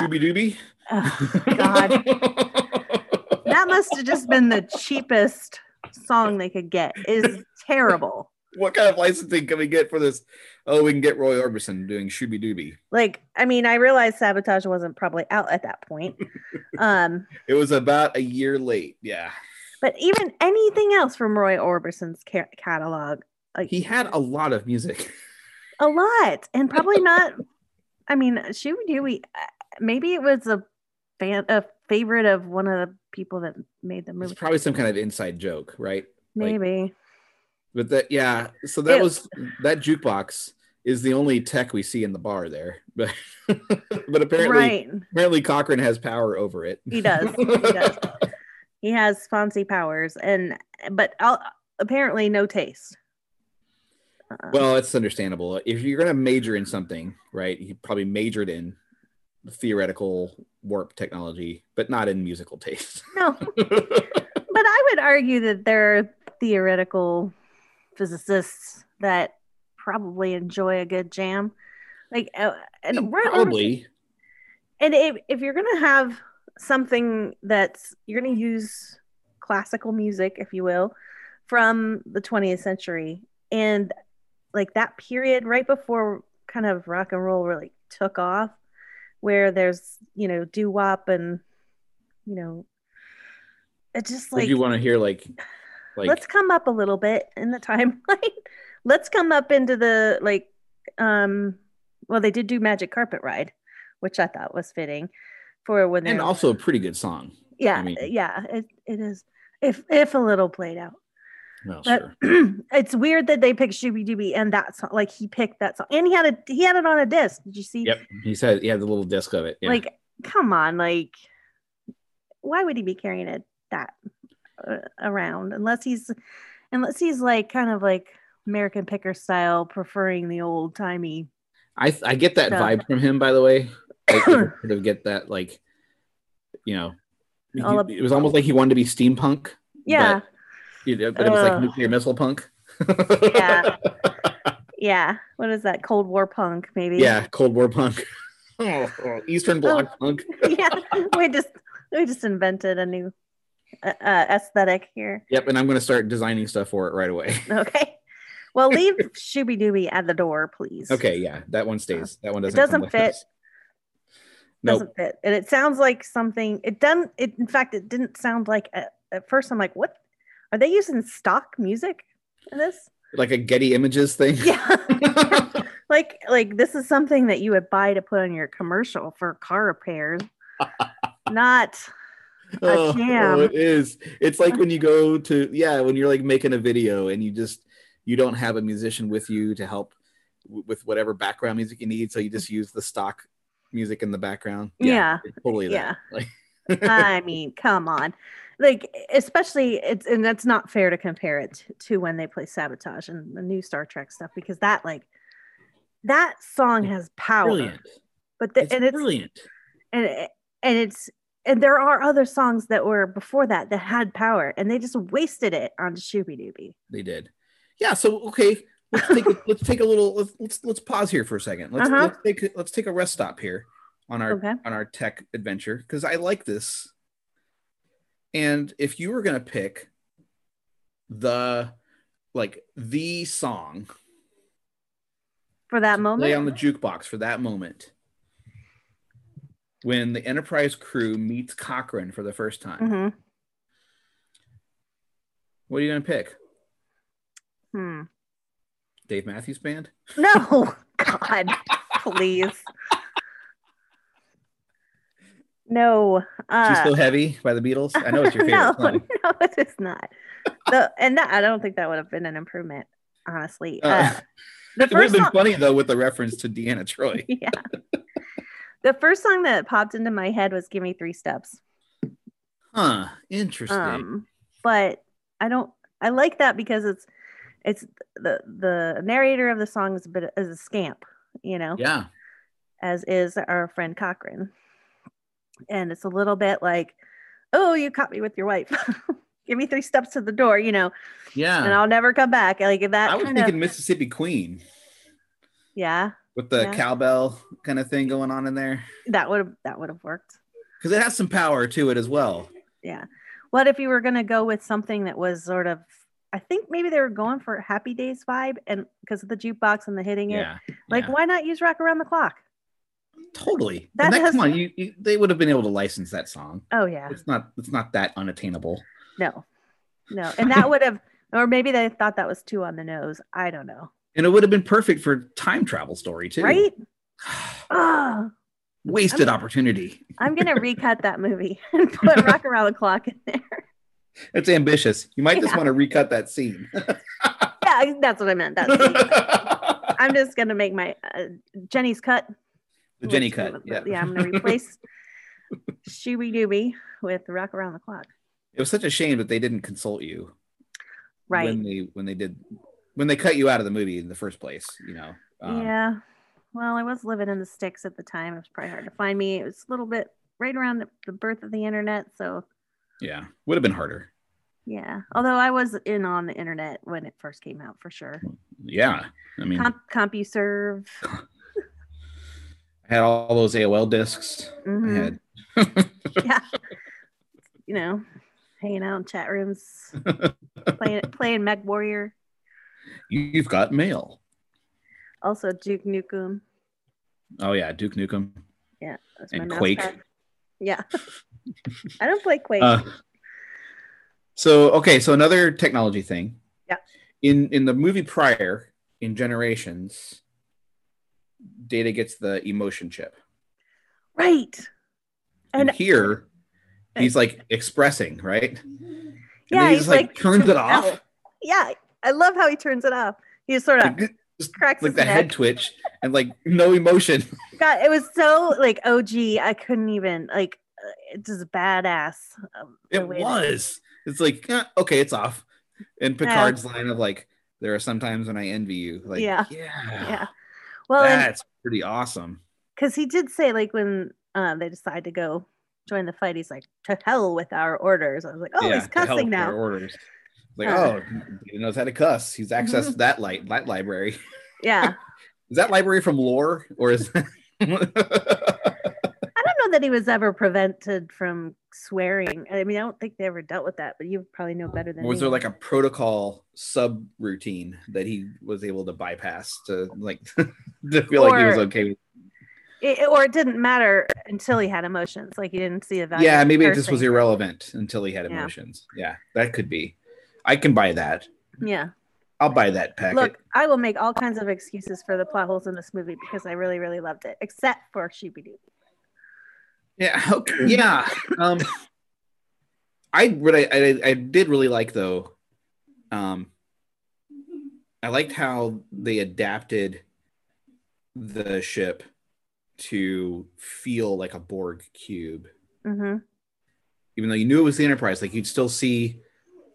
shooby dooby oh, God, that must have just been the cheapest song they could get. It is terrible. what kind of licensing can we get for this? Oh, we can get Roy Orbison doing Shooby Dooby. Like, I mean, I realized Sabotage wasn't probably out at that point. Um, It was about a year late. Yeah. but even anything else from Roy Orbison's ca- catalog, like He had a lot of music. a lot and probably not i mean she would do we maybe it was a fan a favorite of one of the people that made the It's movie probably some kind of inside joke, right? like- maybe But that, yeah. So that Ew. was that jukebox is the only tech we see in the bar there. But but apparently right apparently Cochran has power over it. he does he does he has fancy powers and but i apparently no taste Uh, Well, it's understandable. If you're going to major in something, right, you probably majored in theoretical warp technology, but not in musical taste. no but i would argue that there are theoretical physicists that probably enjoy a good jam like uh, and we're Hmm, probably. and if, if you're gonna have something that's you're gonna use classical music if you will from the 20th century and like that period right before kind of rock and roll really took off where there's you know doo-wop and you know it's just Would like you want to hear like, like let's come up a little bit in the timeline let's come up into the like um well they did do magic carpet ride which i thought was fitting for when and they're also a pretty good song. yeah I mean- yeah it, it is if if a little played out Well, but sure. it's weird that they picked shooby dooby and that song like he picked that song and he had a he had it on a disc did you see Yep. He said he had the little disc of it. Yeah. like come on like why would he be carrying it that uh, around unless he's unless he's like kind of like american picker style preferring the old timey I I get that So- vibe from him, by the way. Like, sort of get that like, you know, he- All ab- it was almost like he wanted to be steampunk. yeah You know, but it was like Ugh. nuclear missile punk. yeah yeah what is that cold war punk maybe Yeah, Cold War punk. Oh, Eastern Bloc punk. yeah we just we just invented a new uh, uh, aesthetic here. Yep, and I'm going to start designing stuff for it right away. Okay. Well, leave Shooby Dooby at the door, please. Okay, yeah, that one stays. That one doesn't. doesn't come with fit. us. Nope. Doesn't fit, and it sounds like something. It doesn't. It in fact, it didn't sound like. A, at first, I'm like, what? Are they using stock music in this? Like a Getty Images thing. Yeah. like like this is something that you would buy to put on your commercial for car repairs. Not oh, jam. it is. It's like when you go to yeah, when you're like making a video and you just you don't have a musician with you to help w- with whatever background music you need, so you just use the stock music in the background. Yeah. it's totally. yeah. That. Like, I mean, come on. Like especially it's and that's not fair to compare it to when they play sabotage and the new Star Trek stuff because that like that song has power. brilliant. But the, It's, and it's brilliant. and it- and it's and there are other songs that were before that that had power and they just wasted it on Shooby Dooby. They did. Yeah. So okay, let's take a, let's take a little let's let's, let's pause here for a second. Let's Uh-huh. let's take a- let's take a rest stop here on our Okay. on our tech adventure because I like this. And if you were gonna pick the like the song For to that play moment. on the jukebox for that moment when the Enterprise crew meets Cochrane for the first time, Mhm. what are you gonna pick? Hmm. Dave Matthews Band? No, God, please. No, She's uh, so heavy by the Beatles. I know it's your favorite no, song. no, it is not. The, and that, I don't think that would have been an improvement, honestly. Uh, Uh, the it would have first been song, funny though with the reference to Deanna Troy. yeah, the first song that popped into my head was "Give Me Three Steps," Huh. Interesting. um, but I don't. I like that because it's it's the the narrator of the song is a bit is a scamp, you know. yeah. as is our friend Cochrane. And it's a little bit like, oh, you caught me with your wife. Give me three steps to the door, you know, and Yeah. I'll never come back. Like that I was kind thinking of, Mississippi Queen yeah, with the Yeah. cowbell kind of thing going on in there that would have that would have worked. because it has some power to it as well. What if you were gonna go with something that was sort of, I think maybe they were going for a Happy Days vibe, and because of the jukebox and the hitting it, Yeah. like yeah. why not use Rock Around the Clock? totally. That and that, has- come on, you, you, they would have been able to license that song. Oh yeah, It's not. It's not that unattainable. no, no, and that would have, or maybe they thought that was too on the nose. I don't know, And it would have been perfect for time travel story too. right? Oh, Wasted opportunity. I'm gonna recut that movie and put Rock Around the Clock in there. It's ambitious. You might just Yeah. want to recut that scene. Yeah, I- that's what I meant. That's I'm just gonna make my uh, Jenny's cut. the Jenny which- cut. Yeah. yeah. I'm gonna replace Shooby Dooby with Rock Around the Clock. it was such a shame that they didn't consult you Right. when they when they did when they cut you out of the movie in the first place you know Um, yeah. Well, I was living in the sticks at the time. It was probably hard to find me. It was a little bit right around the- the birth of the internet. So yeah would have been harder yeah. Although I was in on the internet when it first came out for sure. yeah i mean Comp CompuServe. i had all those aol disks Mhm. i had you know, hanging out in chat rooms, playing playing Mech Warrior, you've got mail also Duke Nukem. oh yeah duke nukem That's my And mouse Quake. pad. Yeah, I don't play Quake. uh, so okay so another technology thing Yeah. in in the movie prior in generations data gets the emotion chip right. and, And- here he's like expressing right and Yeah, then he he's, just like, like, turns it off out. Yeah, I love how he turns it off. He just sort of Like, just cracks like his the neck. head twitch and like no emotion. God, it was so like OG. I couldn't even like. uh, It's just badass. um, the It way that- was. It's like eh, okay, it's off. And Picard's line of like, "There are sometimes when I envy you." Like, Yeah. yeah, Yeah. Well, and that's pretty awesome. because he did say like when um, they decide to go join the fight, he's like, "To hell with our orders." I was like, "Oh, yeah, he's to help cussing their now." Orders. Like, Uh. oh, he knows how to cuss. He's accessed that light that library. Yeah, Is that library from lore or is? I don't know that he was ever prevented from swearing. I mean, I don't think they ever dealt with that, but you probably know better than Or was me. there like a protocol subroutine that he was able to bypass to like to feel like he was Or- okay? With? It- it- or it didn't matter until he had emotions. Like he didn't see the value. Yeah, of maybe it just was cursing. irrelevant until he had Yeah. emotions. Yeah, that could be. I can buy that. Yeah. I'll buy that packet. Look, I will make all kinds of excuses for the plot holes in this movie because I really, really loved it, except for Shooby Doo. Yeah. Okay. Yeah. Um, I what I, I I did really like though. Um, I liked how they adapted the ship to feel like a Borg cube, hmm even though you knew it was the Enterprise. Like you'd still see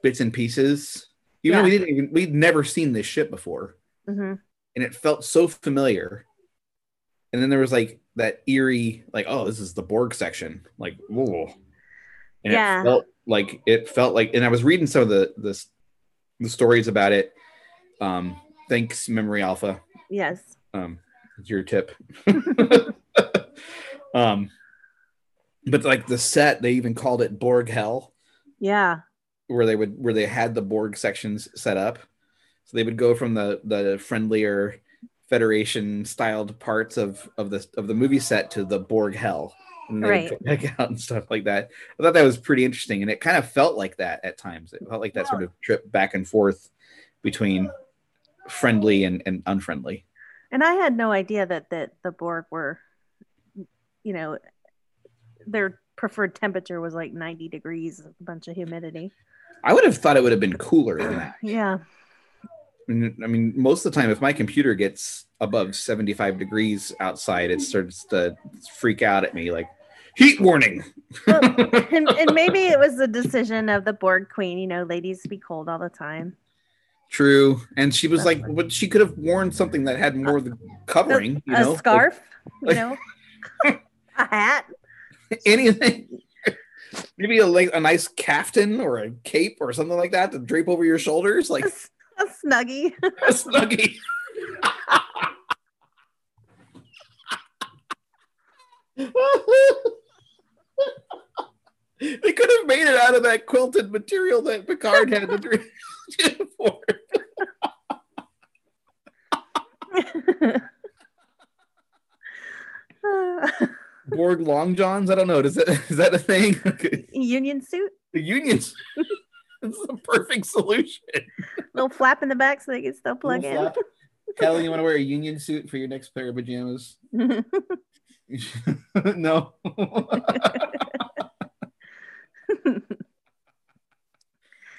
bits and pieces. Even though we didn't even we'd never seen this ship before hmm and it felt so familiar. And then there was like that eerie, like, oh, this is the Borg section, like, whoa. And Yeah. it felt like it felt like, and I was reading some of the the, the stories about it. Um, thanks, Memory Alpha. Yes. Um, it's your tip. um, but like the set, they even called it Borg Hell Yeah. where they would where they had the Borg sections set up. So they would go from the the friendlier Federation styled parts of of the of the movie set to the Borg hell, and they Right. would go back out and stuff like that. I thought that was pretty interesting, and it kind of felt like that at times. It felt like that sort of trip back and forth between friendly and, and unfriendly. And I had no idea that that the Borg were, you know, their preferred temperature was like 90 degrees, a bunch of humidity. I would have thought it would have been cooler than that. Yeah. I mean- I mean, most of the time, if my computer gets above 75 degrees outside, it starts to freak out at me like, heat warning. Well, and, and maybe it was the decision of the Borg queen, you know, ladies be cold all the time. True. And she was like, but she could have worn something that had more of the covering, you a know, scarf, you like- know, a hat. like anything. Maybe a, like a nice caftan or a cape or something like that to drape over your shoulders, like a s- a snuggie. a snuggie. they could have made it out of that quilted material that Picard had to drink for. Borg long johns. I don't know. Does that is that a thing? Union suit, the unions. It's the perfect solution. little flap in the back so they can still plug Little flap. Kelly, you want to wear a union suit for your next pair of pajamas? in. no.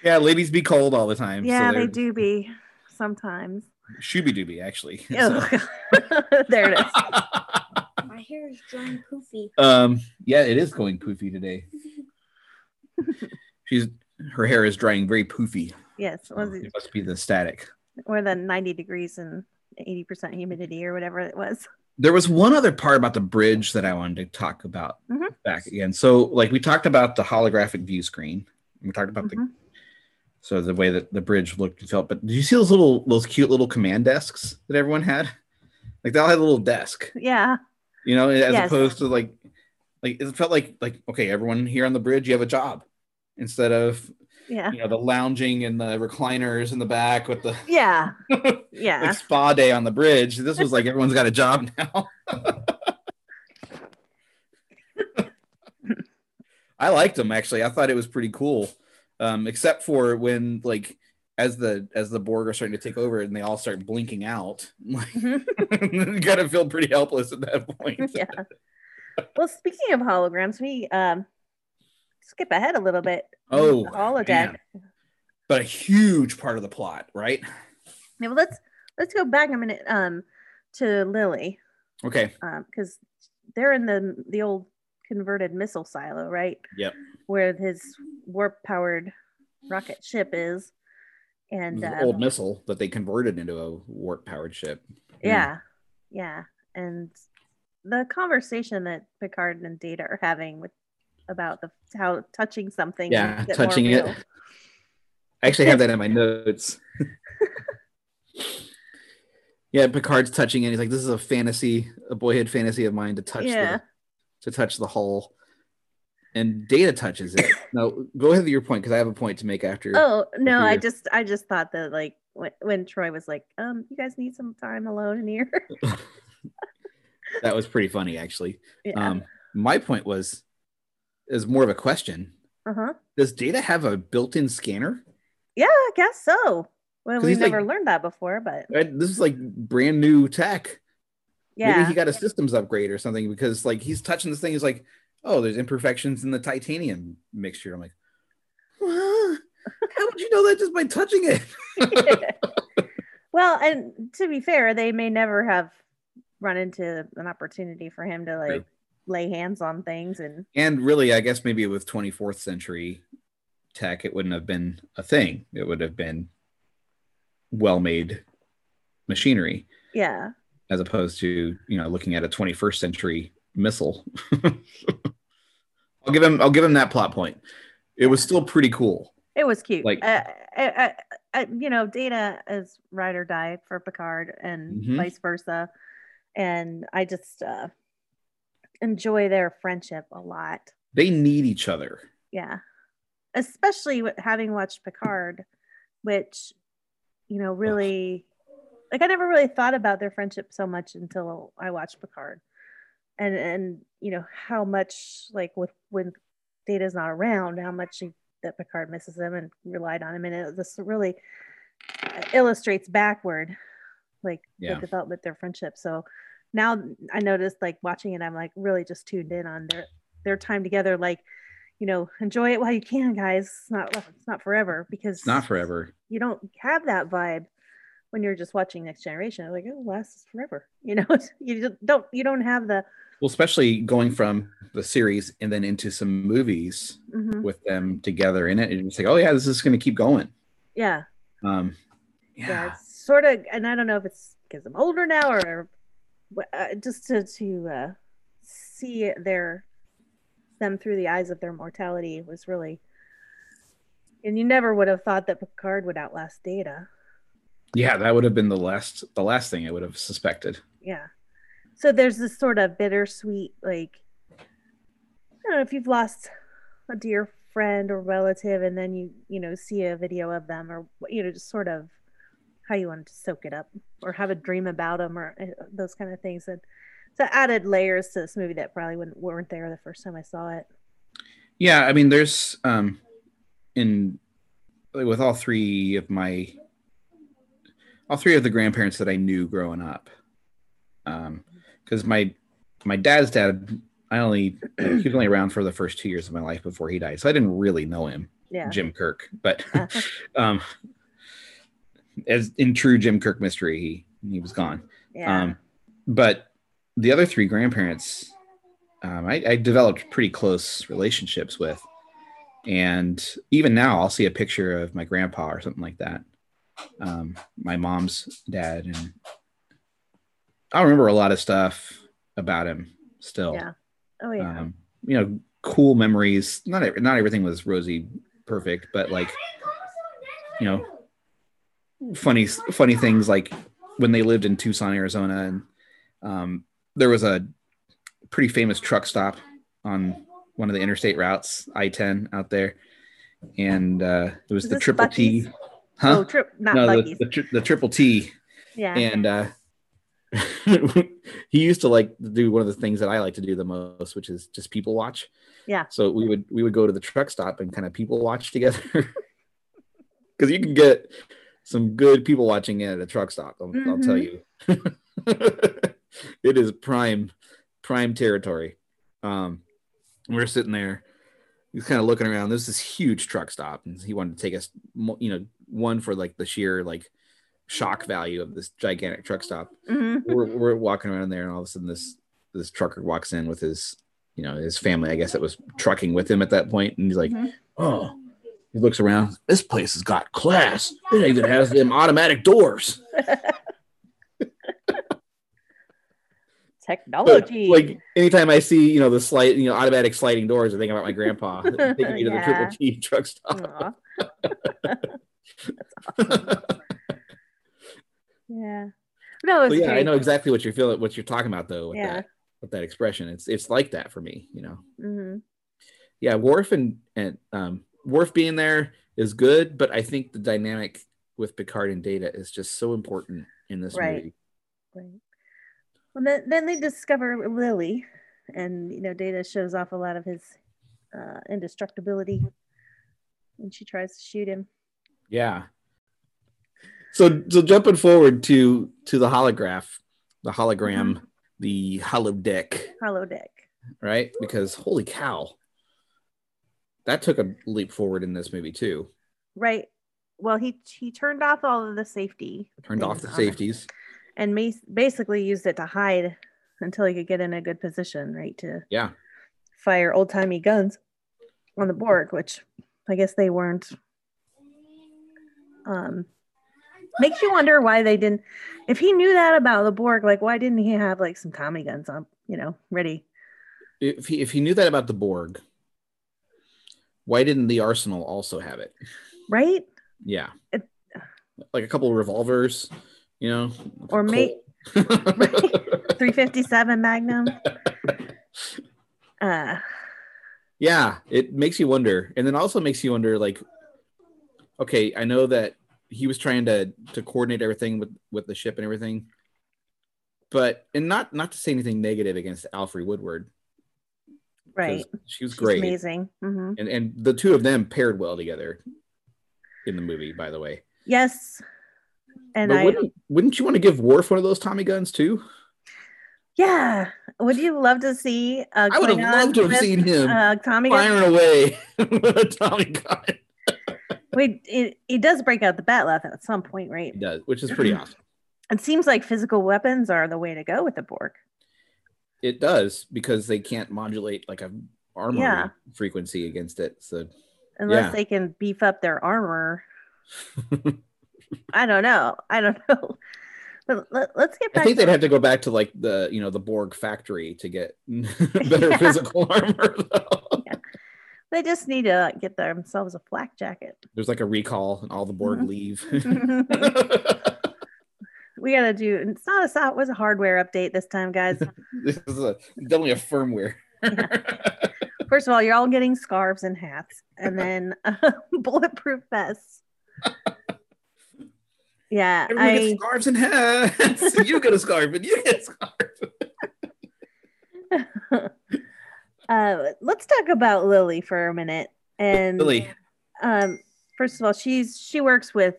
yeah, ladies be cold all the time. yeah, they do be sometimes. Shooby dooby, actually. So, Oh, there it is. My hair is growing poofy. um, yeah, it is going poofy today. She's her hair is drying very poofy. Yes, So was it must be the static. or the ninety degrees and eighty percent humidity or whatever it was. there was one other part about the bridge that I wanted to talk about Mhm. back again. So, like we talked about the holographic view screen, we talked about the Mhm. so the way that the bridge looked and felt. But did you see those little those cute little command desks that everyone had? Like they all had a little desk, Yeah, you know, as Yes. opposed to like like it felt like like okay, everyone here on the bridge, you have a job instead of yeah, you know the lounging and the recliners in the back with the yeah, yeah. like spa day on the bridge. This was like everyone's got a job now. I liked them actually. I thought it was pretty cool, um, except for when like as the as the Borg are starting to take over and they all start blinking out. Like, Mhm. you gotta feel pretty helpless at that point. yeah. Well, speaking of holograms, we um skip ahead a little bit. Oh, holodeck. man. But a huge part of the plot, right? Now let's let's go back a minute um to Lily Okay. because um, they're in the the old converted missile silo, right? Yep. Where his warp powered rocket ship is, and An um, old missile that they converted into a warp powered ship. yeah, yeah, and the conversation that Picard and Data are having with about the how touching something Yeah, makes it more touching it. real. I actually have that in my notes. yeah, Picard's touching it. He's like, "This is a fantasy, a boyhood fantasy of mine to touch Yeah. the to touch the hull, and Data touches it. now, go ahead with your point because I have a point to make after. Oh no, I Here. just I just thought that like when, when Troy was like, um, you guys need some time alone in here. That was pretty funny, actually. yeah. Um, my point was, is more of a question. uh huh. Does Data have a built-in scanner? Yeah, I guess so. Well, 'Cause we've he's, like- never learned that before, but Uh, This is like brand new tech. yeah. Maybe he got a systems upgrade or something because like he's touching this thing. He's like, oh, there's imperfections in the titanium mixture. I'm like, "What? how would you know that just by touching it? well, and to be fair, they may never have run into an opportunity for him to like True. lay hands on things and and really, I guess maybe with 24th century tech, it wouldn't have been a thing. It would have been well-made machinery yeah. as opposed to you know looking at a 21st century missile. I'll give him. I'll give him that plot point. It was still pretty cool. It was cute. Like- uh, I, I, I, you know, Data is ride or die for Picard, and Mhm. vice versa. And I just uh, enjoy their friendship a lot. They need each other. Yeah, especially with having watched Picard, which, you know, really, like I never really thought about their friendship so much until I watched Picard, and and you know how much like with when Data's not around, how much he, that Picard misses him and relied on him, and it, this really illustrates backward, like Yeah. the development of their friendship. So now I noticed like watching it, I'm like really just tuned in on their their time together, like you know, enjoy it while you can, guys. It's not it's not forever because It's not forever. you don't have that vibe when you're just watching Next Generation. Like "Oh, it lasts forever, you know. you just don't you don't have the Well, especially going from the series and then into some movies mhm, with them together in it, and it's like, oh yeah, this is going to keep going. yeah Um, yeah, yeah, It's sort of, and I don't know if it's because I'm older now or wh- uh, just to to uh, see their them through the eyes of their mortality was really. And you never would have thought that Picard would outlast Data. yeah, that would have been the last, the last thing I would have suspected. yeah so there's this sort of bittersweet like i don't know if you've lost a dear friend or relative and then you you know see a video of them or you know just sort of how you want to soak it up or have a dream about them or uh, those kind of things and so added layers to this movie that probably wouldn't, weren't there the first time i saw it Yeah, I mean, there's um, in like, with all three of my, all three of the grandparents that I knew growing up, um, because my my dad's dad, I only he was only around for the first two years of my life before he died, so I didn't really know him. yeah Jim Kirk, but Uh. um, as in true Jim Kirk mystery, he he was gone. yeah Um, but the other three grandparents, um, I, I developed pretty close relationships with, and even now I'll see a picture of my grandpa or something like that, um, my mom's dad, and I remember a lot of stuff about him still yeah oh yeah um, you know, cool memories. Not ev- not everything was rosy perfect, but like you know, funny funny things like when they lived in Tucson, Arizona, and um, there was a pretty famous truck stop on one of the interstate routes, I ten out there, and uh, it was Is the this triple Buc-ee's? T, huh? oh trip not no, the, buggies the, tri- the triple T yeah and uh he used to like do one of the things that I like to do the most, which is just people watch. Yeah. So we would we would go to the truck stop and kind of people watch together. Cause you can get some good people watching in at a truck stop, I'll, I'll tell you. it is prime prime territory. Um we're sitting there, he's kind of looking around. There's this huge truck stop, and he wanted to take us, mo- you know, one for like the sheer like shock value of this gigantic truck stop. Mhm. We're, we're walking around there, and all of a sudden, this this trucker walks in with his, you know, his family. I guess that was trucking with him at that point, and he's like, Mhm. oh. He looks around. This place has got class. It even has them automatic doors. Oh, But, technology like anytime I see, you know, the slide, you know, automatic sliding doors, I think about my grandpa taking me to the triple Yeah. T truck stop. Aw. yeah no it Well, was yeah, I great. know exactly what you're feeling, what you're talking about, though. With Yeah. that, with that expression. It's it's like that for me, you know. Mhm. Yeah, Worf and and um, Worf being there is good, but I think the dynamic with Picard and Data is just so important in this Right. movie. Right. Well, then, then they discover Lily, and you know, Data shows off a lot of his uh, indestructibility, and she tries to shoot him. Yeah. So so jumping forward to to the holograph, the hologram, Mm-hmm. the holodeck, Hollow deck. right? Because holy cow, that took a leap forward in this movie too. Right. Well, he he turned off all of the safety. Turned off the things on it safeties. and mas- basically used it to hide until he could get in a good position, right? To Yeah. fire old timey guns on the Borg, which I guess they weren't. Um, makes you wonder why they didn't. If he knew that about the Borg, like why didn't he have like some Tommy guns on, you know, ready? If he if he knew that about the Borg, why didn't the Arsenal also have it? Right? Yeah. It- Like a couple of revolvers, you know. Or may- Colt. 357 Magnum. Uh, yeah it makes you wonder and then also makes you wonder like okay i know that he was trying to to coordinate everything with with the ship and everything but and not not to say anything negative against alfrey woodward 'cause right. she was She's great amazing. hmm and and the two of them paired well together in the movie by the way Yes. And but I, wouldn't, wouldn't you want to give Worf one of those Tommy guns too? yeah. Would you love to see? Uh, I would have Klingon loved to have with- seen him uh, Tommy. gun? firing away with a Tommy gun. Wait, it, it does break out the bat laugh at some point, right? He does, Mm-hmm. which is pretty awesome. It seems like physical weapons are the way to go with the Borg. It does because they can't modulate like a armor Yeah. frequency against it. So Unless Yeah. they can beef up their armor. I don't know. I don't know. But let, us get I back think to they'd have to go back to like the you know the Borg factory to get better Yeah. physical armor. Though. they just need to get themselves a flak jacket. There's like a recall and all the Borg Mhm. leave. we gotta do it's not a soft it was a hardware update this time, guys. this is a, definitely a firmware. First of all, you're all getting scarves and hats, and then uh, bulletproof vests. Yeah, Everyone I- gets scarves and hats. you get a scarf and you get a scarf. uh, let's talk about Lily for a minute. And Lily, um, first of all, she's she works with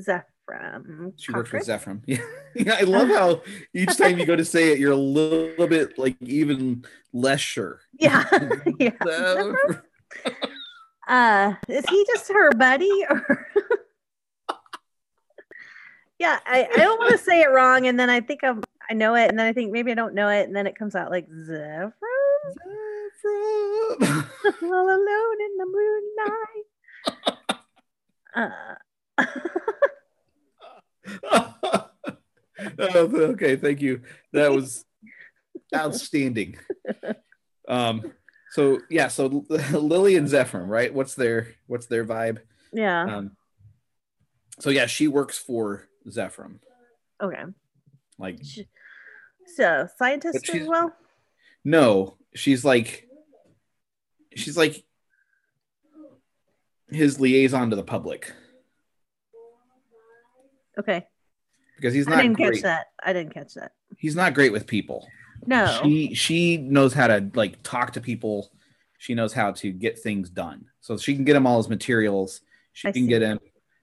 Zephram. she works with Zephram. Yeah. yeah, I love how each time you go to say it, you're a little bit like even less sure. Yeah, yeah. So- Uh, is he just her buddy or? yeah, I, I don't want to say it wrong, and then I think I'm I know it, and then I think maybe I don't know it, and then it comes out like Zephram Zephram. all alone in the moonlight. Uh, oh, okay, thank you. That was outstanding. Um, so yeah, so Lily and Zephram, right? What's their what's their vibe? yeah. Um, so yeah, she works for Zephram. Okay. Like Sh- So scientists as she's- well. no, she's like she's like his liaison to the public Okay, because he's I not didn't great. catch that. I didn't catch that. He's not great with people. No. she she knows how to like talk to people she knows how to get things done so she can get him all his materials she I can see. get him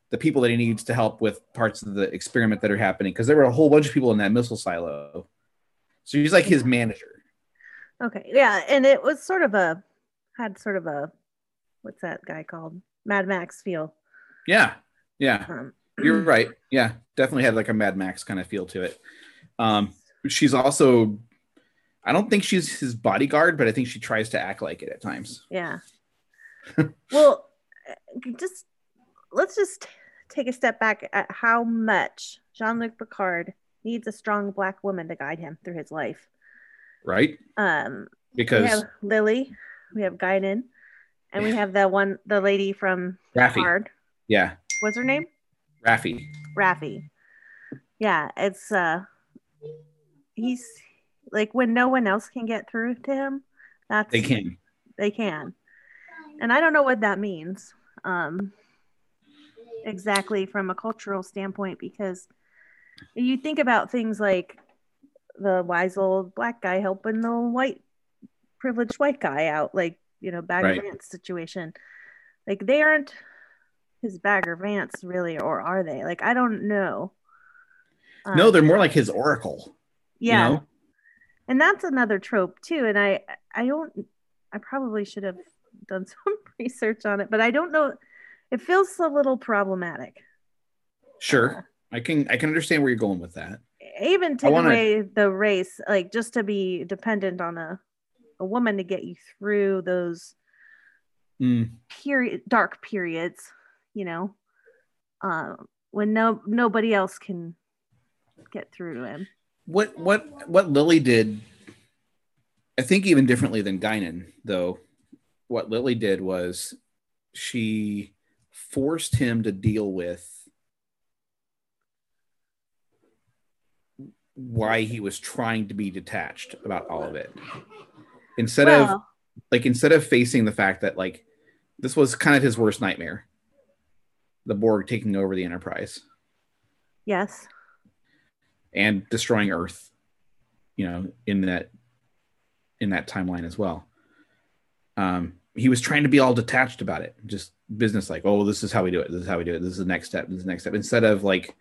the people that he needs to help with parts of the experiment that are happening because there were a whole bunch of people in that missile silo so she's like his manager okay. Yeah, and it was sort of a had sort of a what's that guy called Mad Max feel. yeah yeah Um, Uh-huh. you're right yeah definitely had like a mad max kind of feel to it um she's also i don't think she's his bodyguard but i think she tries to act like it at times yeah. well, uh, just let's just take a step back at how much Jean-Luc Picard needs a strong black woman to guide him through his life. right Um, we because have Lily, we have Guinan, and we have the one the lady from Rafi, Picard. yeah What's her name? Rafi, Rafi. Yeah, it's uh he's Like when no one else can get through to him, that's They can. They can. And I don't know what that means um, exactly from a cultural standpoint because you think about things like the wise old black guy helping the white privileged white guy out, like, you know, Bagger Right. Vance situation. Like, they aren't his Bagger Vance, really, or are they? Like, I don't know. No, Um, they're more like his oracle. you yeah know? and that's another trope too and i i don't i probably should have done some research on it but i don't know it feels a little problematic Sure. I can I can understand where you're going with that. even take wanna- away the race like just to be dependent on a a woman to get you through those Mm, period dark periods you know um when no nobody else can get through to him What what what Lily did I think even differently than Guinan, though. What Lily did was she forced him to deal with why he was trying to be detached about all of it. Instead of well, like instead of facing the fact that like this was kind of his worst nightmare the borg taking over the enterprise yes and destroying earth you know in that in that timeline as well um he was trying to be all detached about it just business like oh this is how we do it this is how we do it this is the next step this is the next step instead of like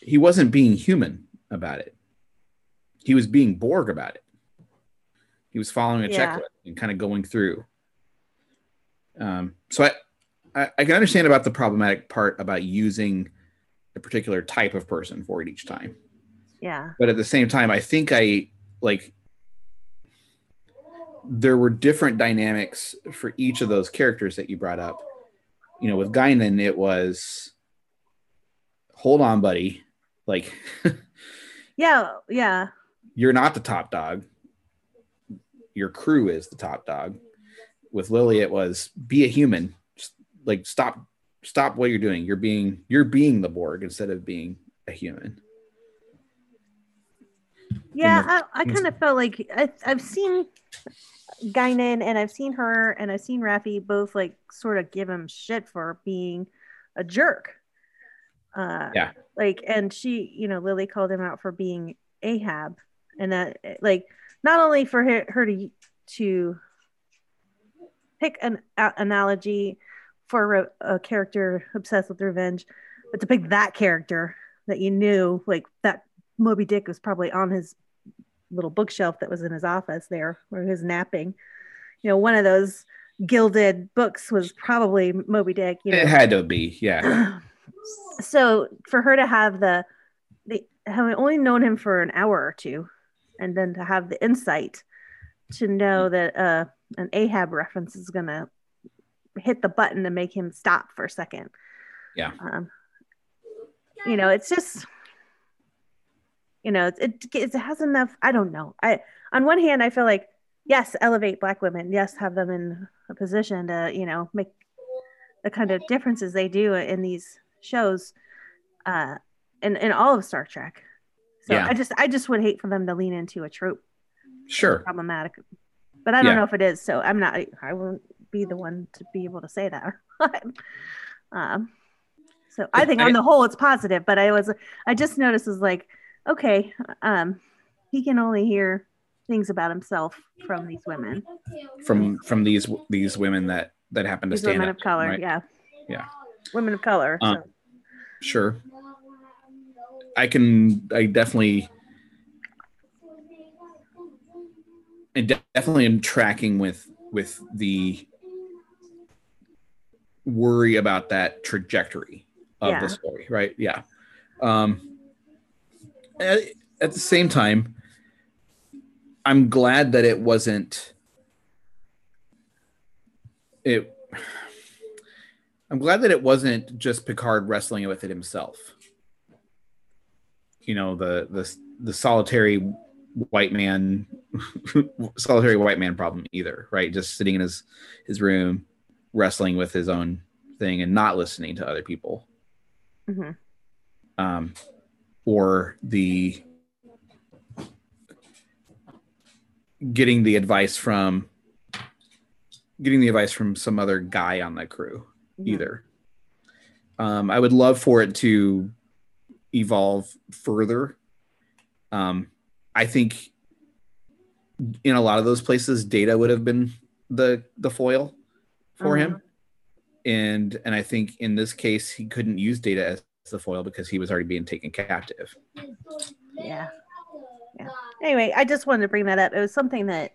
he wasn't being human about it he was being borg about it he was following a Yeah. checklist and kind of going through um so I, I i can understand about the problematic part about using a particular type of person for it each time yeah but at the same time i think i like there were different dynamics for each of those characters that you brought up you know with guinan it was hold on buddy like yeah yeah you're not the top dog your crew is the top dog with lily it was be a human Just, like stop stop what you're doing you're being you're being the borg instead of being a human Yeah, the- I, I kind of felt like I, I've seen Guinan and I've seen her and I've seen Rafi both like sort of give him shit for being a jerk. Uh, Yeah. Like, and she, you know, Lily called him out for being Ahab, and that like not only for her, her to to pick an a- analogy for a, a character obsessed with revenge, but to pick that character that you knew like that Moby Dick was probably on his little bookshelf that was in his office there where he was napping. You know, one of those gilded books was probably Moby Dick. You know, it had to be yeah so for her to have the the having only known him for an hour or two and then to have the insight to Mm. know that uh an ahab reference is gonna hit the button to make him stop for a second Yeah. um, you know it's just you know it, it, it has enough i don't know i on one hand i feel like yes elevate black women yes have them in a position to you know make the kind of differences they do in these shows uh in, in all of star trek so Yeah. i just i just would hate for them to lean into a trope sure problematic but i don't Yeah. know if it is so i'm not I, I won't be the one to be able to say that um so i It- think on the whole it's positive but i was i just noticed was like okay um he can only hear things about himself from these women from from these these women that that happen to these stand women up, of color right? yeah Yeah. women of color Um, so. sure i can i definitely i de- definitely am tracking with with the worry about that trajectory of Yeah. the story right yeah um at, at the same time i'm glad that it wasn't it i'm glad that it wasn't just picard wrestling with it himself you know the the the solitary white man solitary white man problem either right just sitting in his his room wrestling with his own thing and not listening to other people Mhm. um or the getting the advice from getting the advice from some other guy on the crew Yeah. either. Um, I would love for it to evolve further. Um, I think in a lot of those places, Data would have been the the foil for him, and and I think in this case he couldn't use Data as the foil because he was already being taken captive. Yeah. Yeah. Anyway, I just wanted to bring that up. It was something that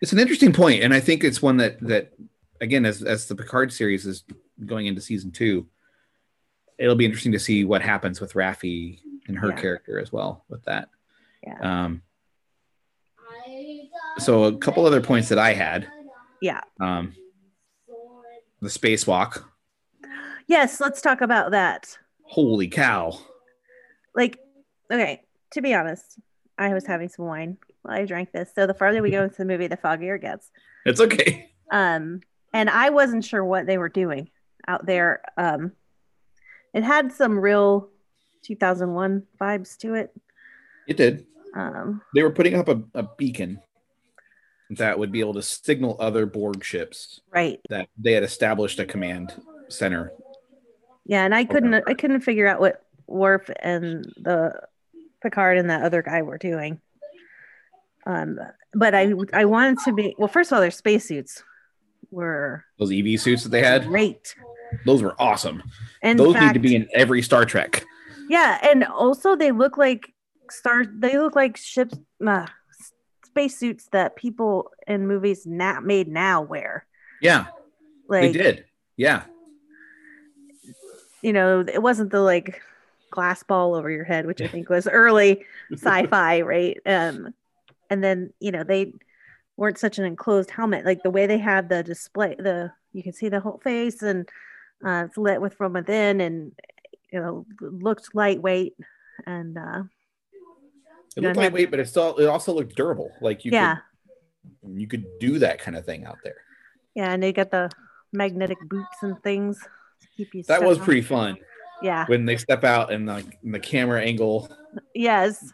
It's an interesting point, and I think it's one that that again, as as the Picard series is going into season two, it'll be interesting to see what happens with Raffi and her Yeah. character as well with that. Yeah. Um, so a couple other points that I had. Yeah. Um, the spacewalk. yes, let's talk about that. Holy cow! Like, okay, to be honest, I was having some wine while I drank this. So the farther we go into the movie, the foggier it gets. It's okay. um and i wasn't sure what they were doing out there um it had some real 2001 vibes to it It did. um They were putting up a, a beacon that would be able to signal other Borg ships right that they had established a command center. yeah and i couldn't i couldn't figure out what Worf and the picard and that other guy were doing um but i i wanted to be well first of all their spacesuits were Those EV suits that they had, great those were awesome. and those need to be in every Star Trek. Yeah, and also they look like stars. They look like ships, uh, spacesuits that people in movies not made now wear. Yeah, they Like did. Yeah, you know, it wasn't the like glass ball over your head, which I think was early sci-fi, right? Um, and then you know they weren't such an enclosed helmet. Like the way they had the display, the you can see the whole face and uh, it's lit with from within, and you know looked lightweight and uh, it Don't have- looked lightweight, but it still it also looked durable. Like you, yeah. could, you could do that kind of thing out there. Yeah, and they got the magnetic boots and things to keep you. That set was on. pretty fun Yeah. when they step out and like and the camera angle Yes.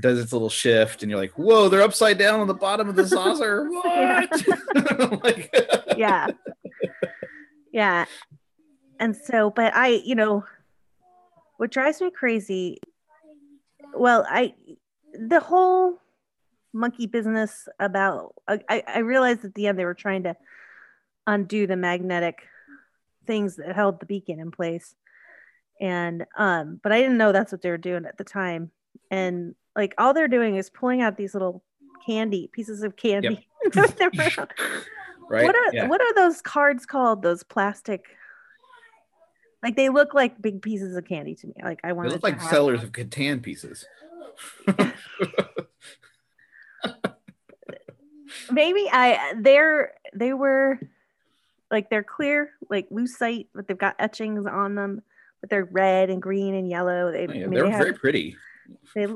does its little shift, and you're like, "Whoa, they're upside down on the bottom of the saucer." What? like, Yeah. yeah. And so, but I, you know, what drives me crazy. Well, I, the whole monkey business about. I- I, I realized at the end they were trying to undo the magnetic things that held the beacon in place, and um, but I didn't know that's what they were doing at the time, and like all they're doing is pulling out these little candy pieces of candy. They're round. right? What are yeah. what are those cards called? Those plastic. Like they look like big pieces of candy to me. Like I They want look like have, sellers of Catan pieces. Maybe I they're they were like they're clear, like lucite, but they've got etchings on them, but they're red and green and yellow. They, I Oh, Yeah, mean, they were they have- very pretty. they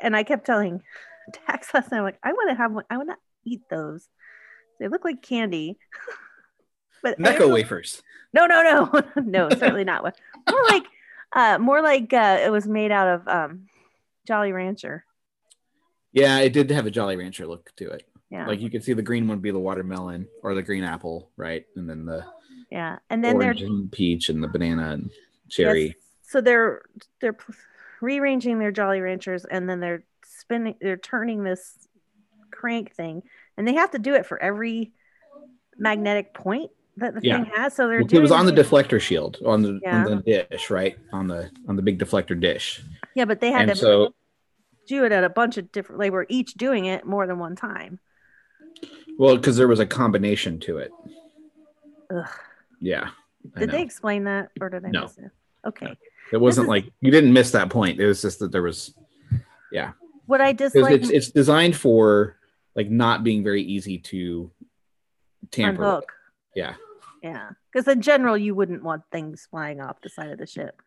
and I kept telling Dax last night, I'm like, I want to have one. I want to eat those. They look like candy. but I don't Necco know- wafers. No, no, no, no, certainly not. one. More like, uh, more like uh, it was made out of um, Jolly Rancher. Yeah, it did have a Jolly Rancher look to it. Yeah, Like you could see the green one would be the watermelon or the green apple, right? And then the yeah. And then they're orange and peach and the banana and cherry. yes, so they're they're p- rearranging their Jolly Ranchers, and then they're spinning, they're turning this crank thing, and they have to do it for every magnetic point that the Yeah. thing has. So they're Well, doing it was on the it- deflector shield on the Yeah. on the dish, right? On the on the big deflector dish. yeah, but they had And to so do it at a bunch of different. They were each doing it more than one time. well, because there was a combination to it. Ugh. Yeah. I Did know. they explain that, or did I No. miss it? Okay. it wasn't is- like you didn't miss that point. It was just that there was What I because dislike it's it's designed for like not being very easy to on tamper. with. book. Yeah. Yeah. Because in general, you wouldn't want things flying off the side of the ship.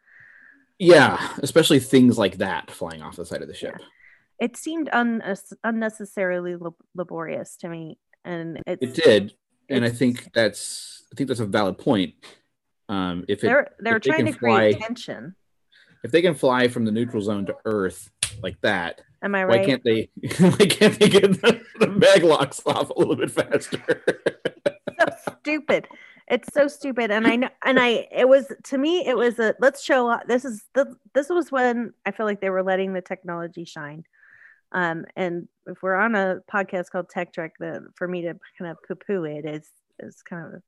Yeah, especially things like that flying off the side of the ship. It seemed un- unnecessarily lab- laborious to me. And it's, It did, and I Mm. it's- think that's I think that's a valid point. Um, if it, they're, they're if they trying can to create fly- tension. if they can fly from the neutral zone to Earth like that, Am I Why right? can't they? Why can't they get the, the mag locks off a little bit faster? so stupid. It's so stupid. And I know, and I, it was to me, it was a let's show off. This is the, this was when I feel like they were letting the technology shine. Um, and if we're on a podcast called Tech Trek, then for me to kind of poo poo it is, is kind of,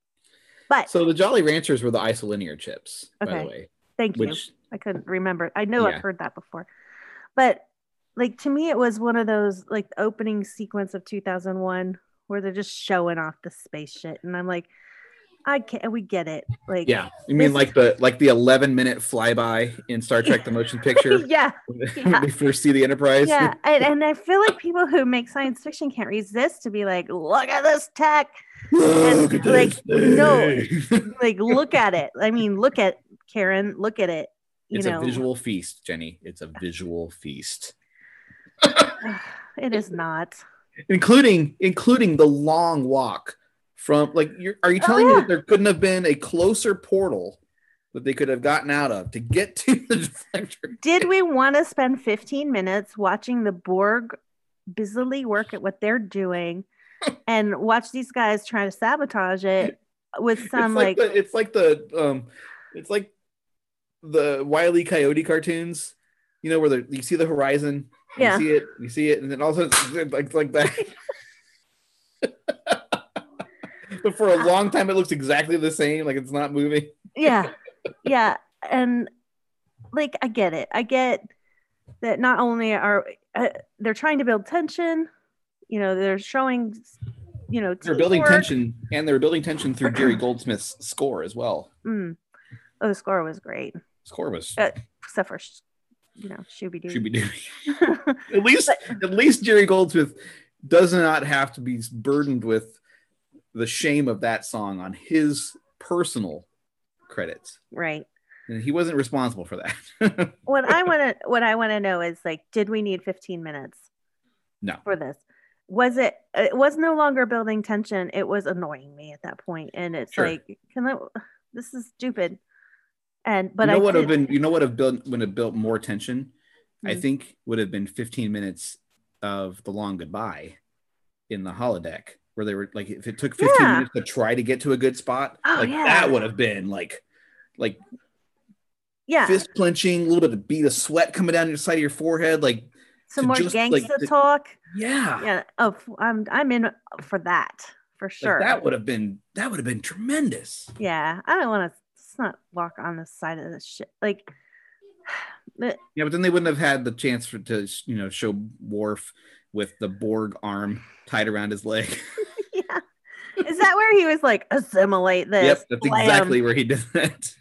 but so the Jolly Ranchers were the isolinear chips, by Okay. the way, thank you. which I couldn't remember. I know Yeah. I've heard that before. But like to me it was one of those like the opening sequence of 2001 where they're just showing off the space shit and I'm like I can't we get it. Like yeah, you mean This- like the like the eleven minute flyby in Star Trek: The Motion Picture yeah. when we first see the Enterprise? Yeah. And, and I feel like people who make science fiction can't resist to be like look at this tech. Look And, at this no. thing. Like look at it. I mean look at Karen, look at it. You it's know. a visual feast, Jenny. It's a visual feast, It is not. including including the long walk from like. You're, are you Oh, telling me yeah. that there couldn't have been a closer portal that they could have gotten out of to get to the deflector? did we want to spend 15 minutes watching the Borg busily work at what they're doing and watch these guys try to sabotage it with some it's like, like, the, it's like the um it's like the wily coyote cartoons you know where the, you see the horizon and Yeah. you see it and you see it and then all of a sudden it's like, it's like that but for a Uh, long time it looks exactly the same like it's not moving yeah, yeah. And like, I get it. I get that not only are uh, they're trying to build tension, you know, they're showing, you know, they're building teamwork. tension and they're building tension through jerry goldsmith's score as well Mm. Oh, the score was great, score was Uh, except for, you know, Shooby Doo. should be doing at least at least Jerry Goldsmith does not have to be burdened with the shame of that song on his personal credits. right. And he wasn't responsible for that. what I want to what I want to know is like, did we need 15 minutes? No. For this, was it? It was no longer building tension. It was annoying me at that point, and it's Sure. like, can I? This is stupid. And but you know I what did- have been you know what have built would have built more tension? I Hmm. think would have been 15 minutes of the long goodbye in the holodeck where they were like if it took 15 Yeah. minutes to try to get to a good spot, Oh, like yeah. that would have been like like yeah, fist clenching, a little bit of bead of sweat coming down your side of your forehead, like some to more just, like, gangsta the- talk. yeah, Yeah, oh, f- I'm I'm in for that for Like, sure. that would have been that would have been tremendous. yeah, I don't want to. Let's not walk on the side of this shit. Like, Yeah, but then they wouldn't have had the chance for to you know show Worf with the Borg arm tied around his leg. yeah, is that where he was like assimilate this? yep, that's slam exactly where he did that.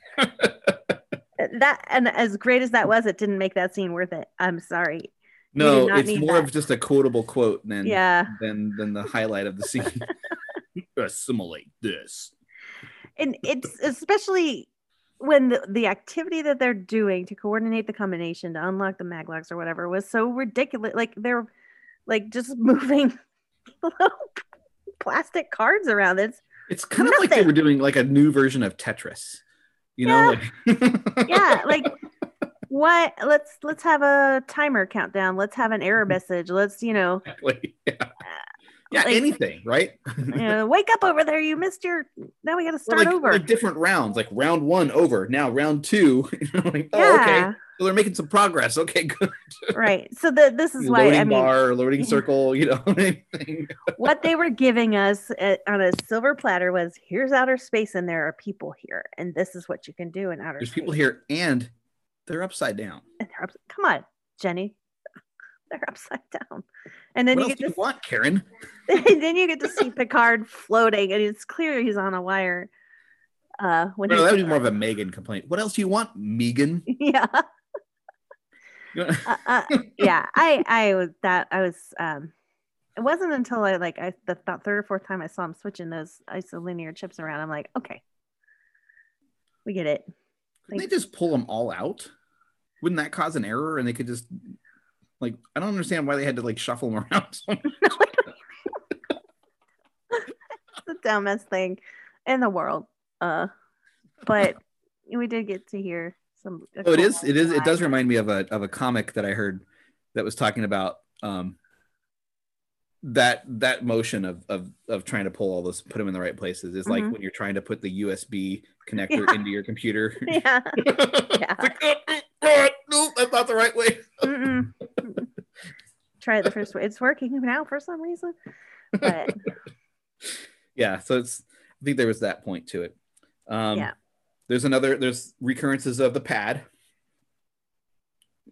that and as great as that was it didn't make that scene worth it i'm sorry No, not it's need more that. of just a quotable quote than yeah than than the highlight of the scene. Assimilate this. and it's especially when the, the activity that they're doing to coordinate the combination to unlock the maglocks or whatever was so ridiculous like they're like just moving little plastic cards around it's It's kind of like they Nothing. were doing like a new version of Tetris. You know, like yeah like what let's let's have a timer countdown let's have an Mm-hmm. error message let's you know Like, yeah, yeah Like- anything, right? you know, uh, wake up over there you missed your now we gotta Or start like, over like different rounds, like round one over, now round two. like, oh, okay. yeah So they're making some progress. Okay, good. right so the, this is why loading i mean bar, loading circle, you know, anything. what they were giving us at, on a silver platter was here's outer space and there are people here and this is what you can do in outer There's space. people here and they're upside down. And they're ups- come on, Jenny. They're upside down. And then what you else get do you to want, Karen? and then you get to see Picard floating and it's clear he's on a wire. Uh when No, he- that would be more of a Megan complaint. What else do you want, Megan? yeah. You know- Uh, uh, yeah, I I was that I was um it wasn't until I like I the about third or fourth time I saw him switching those isolinear chips around. I'm like, okay. We get it. Couldn't they just pull them all out? Wouldn't that cause an error? And they could just like I don't understand why they had to like shuffle them around. so much. the dumbest thing in the world. Uh, but we did get to hear some. Oh, it is. It is. It does remind me of a of a comic that I heard that was talking about um that that motion of of of trying to pull all those put them in the right places is like Mhm. when you're trying to put the usb connector Yeah. into your computer Yeah. It's like, "Oh, oh, oh, no, that's not the right way Mm-mm. Mm-mm. Try it the first way. It's working now for some reason. But yeah so it's i think there was that point to it um Yeah. there's another there's recurrences of the pad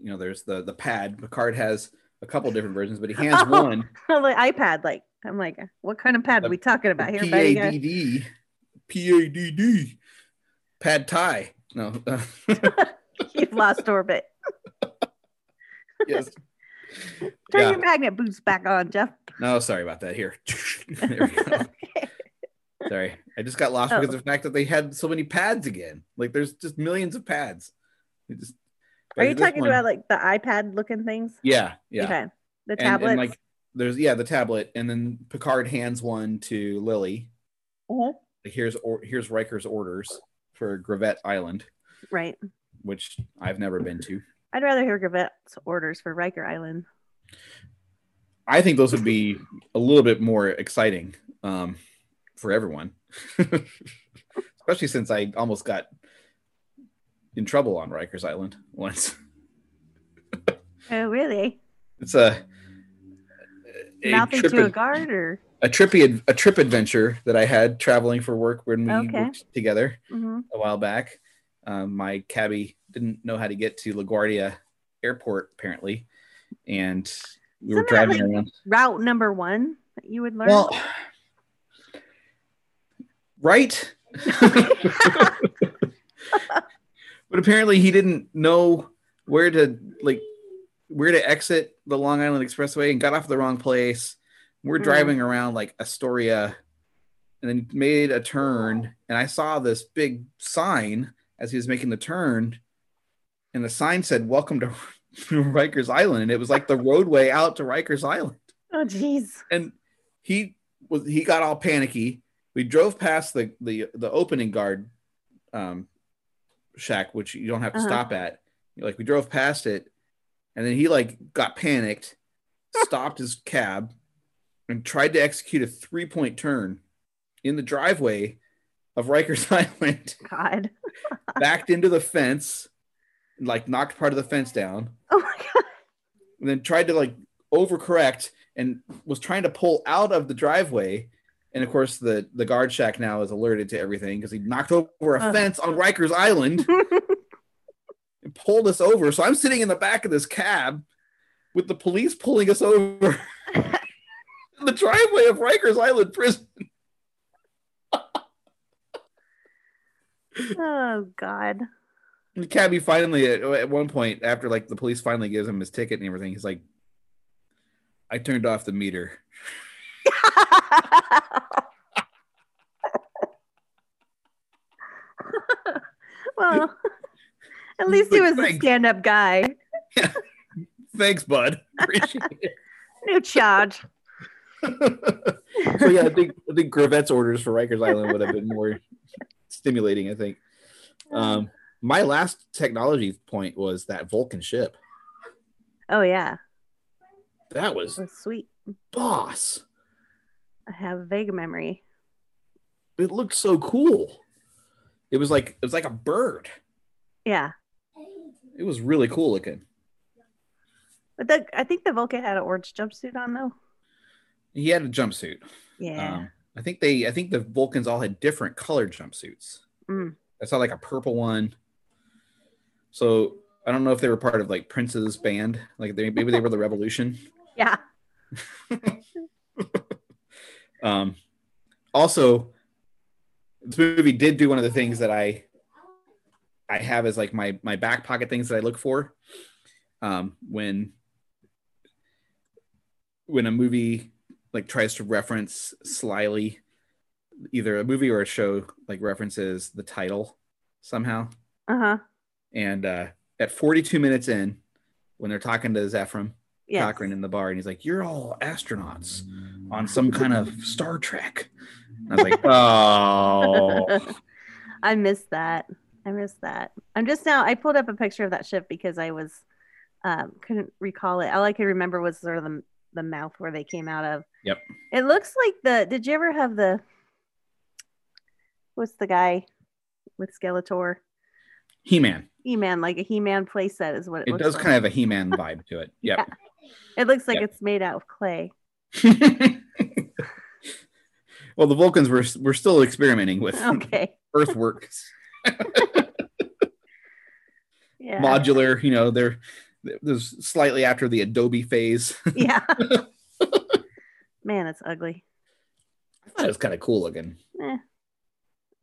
you know there's the the pad picard has a couple different versions but he hands Oh, one the iPad, like, I'm like, what kind of pad are we talking about here? buddy? padd padd pad tie no You've lost orbit. yes Turn Yeah. your magnet boots back on, Jeff. no sorry about that here there we go sorry i just got lost Oh. because of the fact that they had so many pads again like there's just millions of pads It just- Are you this talking one- about like the iPad looking things? yeah yeah Okay. The And- tablets. And, like there's yeah, the tablet, and then Picard hands one to Lily. Mhm. Like, here's or, here's Riker's orders for Gravette Island, Right. which I've never been to. I'd rather hear Gavette's orders for Riker Island. I think those would be a little bit more exciting um, for everyone, especially since I almost got in trouble on Riker's Island once. Oh, really? It's a a Mouthing trip to a ad- guard or? a trippy ad- a trip adventure that I had traveling for work when we Okay. worked together. Mhm. a while back. Um, my cabbie didn't know how to get to LaGuardia Airport, apparently, and we were Isn't that driving like- around. Route number one that you would learn. Well, right. but apparently, he didn't know where to like where to exit the Long Island Expressway and got off the wrong place. We're Hmm. driving around like Astoria and then made a turn and I saw this big sign as he was making the turn and the sign said welcome to Rikers Island and it was like the roadway out to Rikers Island oh, geez. and he was he got all panicky. We drove past the the the opening guard um shack, which you don't have to Uh-huh. stop at. Like we drove past it, and then he like got panicked, stopped his cab, and tried to execute a three point turn in the driveway of Rikers Island. God. backed into the fence, like knocked part of the fence down Oh, my God. and then tried to like overcorrect and was trying to pull out of the driveway. And of course, the the guard shack now is alerted to everything because he knocked over a Ugh. fence on Rikers Island and pulled us over. So I'm sitting in the back of this cab with the police pulling us over in the driveway of Rikers Island prison. Oh, God. And the cabbie finally, at, at one point, after like the police finally gives him his ticket and everything, he's like, "I turned off the meter." well, at least he Like, was a thanks. stand up guy. Thanks, bud. Appreciate it. No charge. so yeah, I think I think Gravette's orders for Rikers Island would have been more stimulating. I think. Um, my last technology point was that Vulcan ship. oh, yeah. That was That's sweet. boss. I have a vague memory. It looked so cool. It was like it was like a bird. Yeah. It was really cool looking. But the, I think the Vulcan had an orange jumpsuit on, though. He had a jumpsuit. Yeah. Um, I think they I think the Vulcans all had different colored jumpsuits. Mm. I saw like a purple one. So I don't know if they were part of like Prince's band. Like they, maybe they were the Revolution. yeah. Um, also, this movie did do one of the things that I I have as like my my back pocket things that I look for um, when when a movie like tries to reference slyly either a movie or a show like references the title somehow Uh huh. and uh, at 42 minutes in when they're talking to Zephram Yeah. Cochran in the bar and he's like, You're all astronauts on some kind of Star Trek. And I was like, Oh, I missed that. I missed that. I'm just now. I pulled up a picture of that ship because I was um, couldn't recall it. All I could remember was sort of the, the mouth where they came out of. Yep. It looks like the. Did you ever have the? What's the guy with Skeletor? He Man. He-Man, like a He-Man playset is what it, It looks does like. kind of have a He Man vibe to it. Yep. It looks like yeah. it's made out of clay. well, the Vulcans were were still experimenting with Okay. earthworks, Yeah. modular. You know, they're there's slightly after the Adobe phase. yeah. Man, it's ugly. I thought it was kind of cool looking.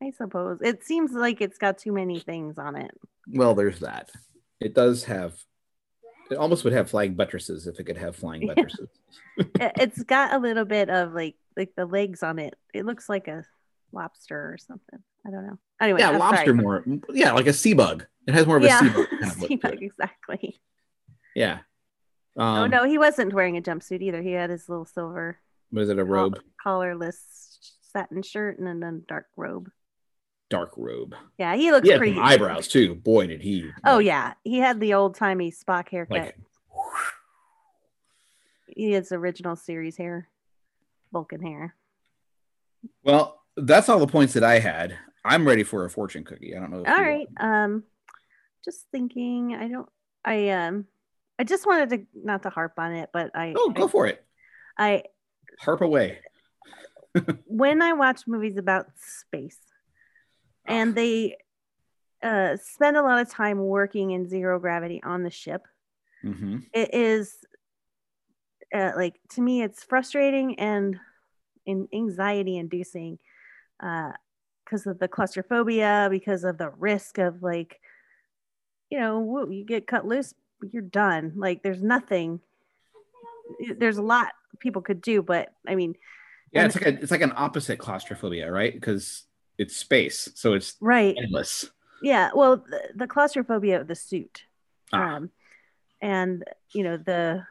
I suppose it seems like it's got too many things on it. Well, there's that. It does have. It almost would have flying buttresses if it could have flying Yeah. buttresses. It- it's got a little bit of like like the legs on it. It looks like a lobster or something. I don't know. Anyway, yeah, I'm lobster sorry. more. Yeah, like a sea bug. It has more of a yeah, sea bug. Kind of look sea to it. bug, exactly. Yeah. Um, oh no, he wasn't wearing a jumpsuit either. He had his little silver Was it a col- robe? collarless satin shirt and then a dark robe. Dark robe. Yeah, he looks Yeah, pretty. eyebrows too. Boy, did he. Oh yeah, he had the old timey Spock haircut. Like he has original series hair, Vulcan hair. Well, that's all the points that I had. I'm ready for a fortune cookie. I don't know. If All you- right. Um, just thinking. I don't. I um. I just wanted to not to harp on it, but I. Oh, go for it. I Harp away. when I watch movies about space, and they uh, spend a lot of time working in zero gravity on the ship. hmm It is uh, like to me, it's frustrating and in anxiety inducing because of the claustrophobia, because of the risk of like, you know, woo, you get cut loose, you're done. Like, there's nothing. There's a lot people could do, but I mean, Yeah, it's like a, it's like an opposite claustrophobia, right? Because it's space, so it's right? endless. Yeah. Well, the, the claustrophobia of the suit, Ah. um, and you know the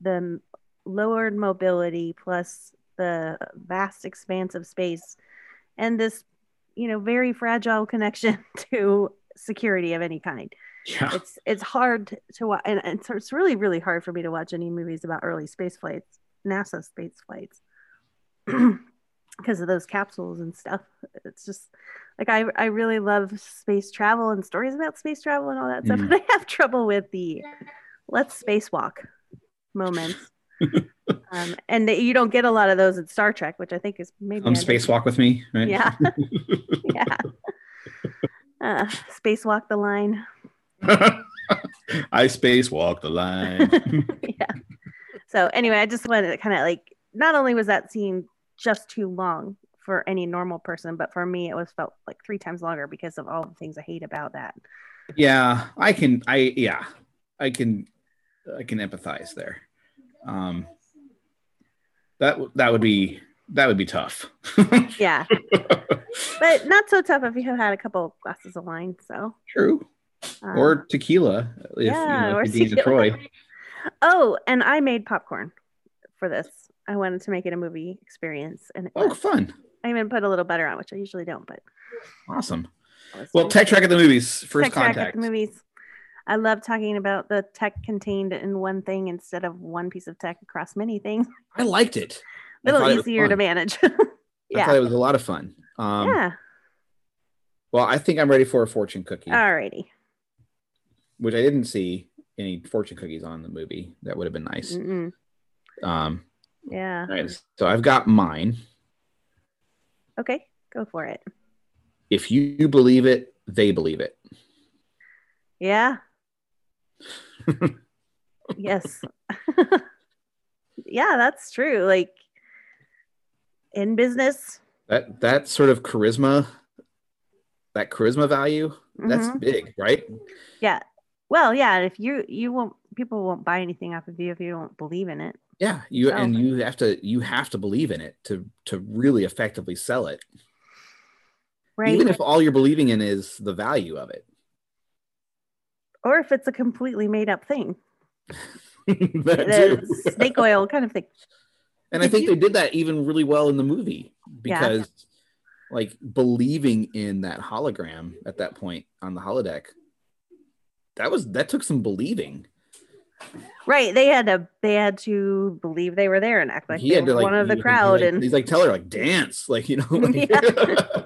the m- lowered mobility plus the vast expanse of space, and this you know very fragile connection to security of any kind. Yeah. It's it's hard to watch, and, and so it's really really hard for me to watch any movies about early space flights, NASA space flights. because of those capsules and stuff. It's just like I I really love space travel and stories about space travel and all that stuff. Mhm. But I have trouble with the let's spacewalk moments. um, and that you don't get a lot of those in Star Trek, which I think is maybe Um, I didn't- spacewalk with me, right? Yeah. yeah. Uh, spacewalk the line. I spacewalk the line. yeah. So anyway, I just wanted to kind of like not only was that scene just too long for any normal person, but for me it was felt like three times longer because of all the things I hate about that. yeah, I can. I yeah, I can. I can empathize there. Um, that w- that would be that would be tough. Yeah. but not so tough if you have had a couple glasses of wine. So True. um, or tequila if yeah, you know, or if you're being tequila. Detroit. oh, and I made popcorn for this. I wanted to make it a movie experience, and it Oh, was- fun. I even put a little butter on, which I usually don't. But Awesome. I was Well, doing- Tech Track at the Movies, first Tech Track contact. at the movies. I love talking about the tech contained in one thing instead of one piece of tech across many things. I liked it. I A little thought it was easier to fun. manage. I thought yeah. it was a lot of fun. Um, yeah. Well, I think I'm ready for a fortune cookie, Alrighty. which I didn't see any fortune cookies on the movie. That would have been nice. Mm-mm. Mm. Um, Yeah. all right. So I've got mine. Okay. Go for it. If you believe it, they believe it. Yeah. yes. yeah, that's true. Like in business. That that sort of charisma, that charisma value, that's mhm. big, right? well, yeah. If you you won't, people won't buy anything off of you if you don't believe in it. Yeah, you So- and you have to you have to believe in it to to really effectively sell it. Right. Even if all you're believing in is the value of it. or if it's a completely made up thing, That the too. snake oil kind of thing. and I think they did that even really well in the movie Yeah. because like believing in that hologram at that point on the holodeck that was that took some believing. Right. They had to they had to believe they were there and act like he they had to were like one of the he- he, crowd like- and he's like tell her like dance like you know like, Yeah.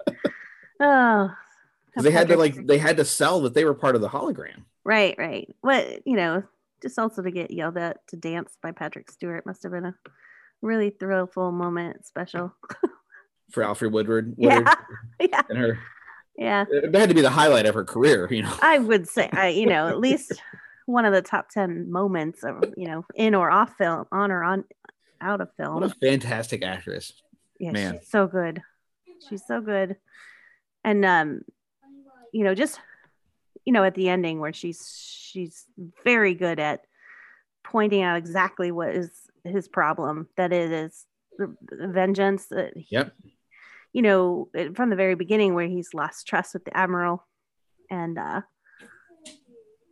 'Cause oh they had to Patrick- like they had to sell that they were part of the hologram. right, right. What you know, just also to get yelled at to dance by Patrick Stewart must have been a really thrillful moment, special. for Alfred Woodward, Yeah. Woodard yeah. and her. Yeah. It had to be the highlight of her career, you know. I would say I, you know, at least one of the top ten moments of, you know, in or off film, on or on out of film. What a fantastic actress. Yeah, Man. she's so good. She's so good. And um, you know, just you know, at the ending where she's she's very good at pointing out exactly what is his problem that it is vengeance that he- Yep. you know it- from the very beginning where he's lost trust with the admiral and uh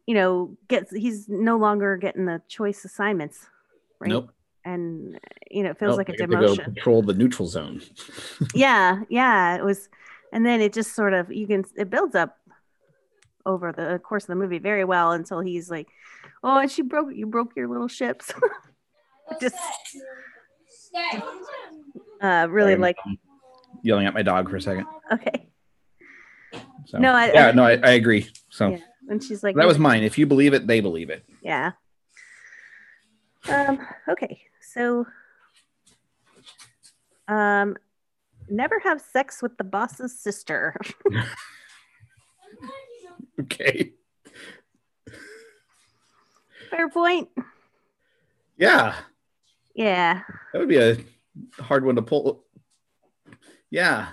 you know gets he's no longer getting the choice assignments right Nope. and you know it feels Nope, like a I get to go demotion Control the neutral zone. yeah yeah it was and then it just sort of you can it builds up over the course of the movie very well until he's like oh and she broke you broke your little ships Just- uh really Sorry, like I'm yelling at my dog for a second. okay So. No, I- yeah, no, I, I agree. So Yeah. and she's like that was mine. If you believe it, they believe it. yeah um okay so um never have sex with the boss's sister Okay. fair point Yeah, yeah that would be a hard one to pull. Yeah.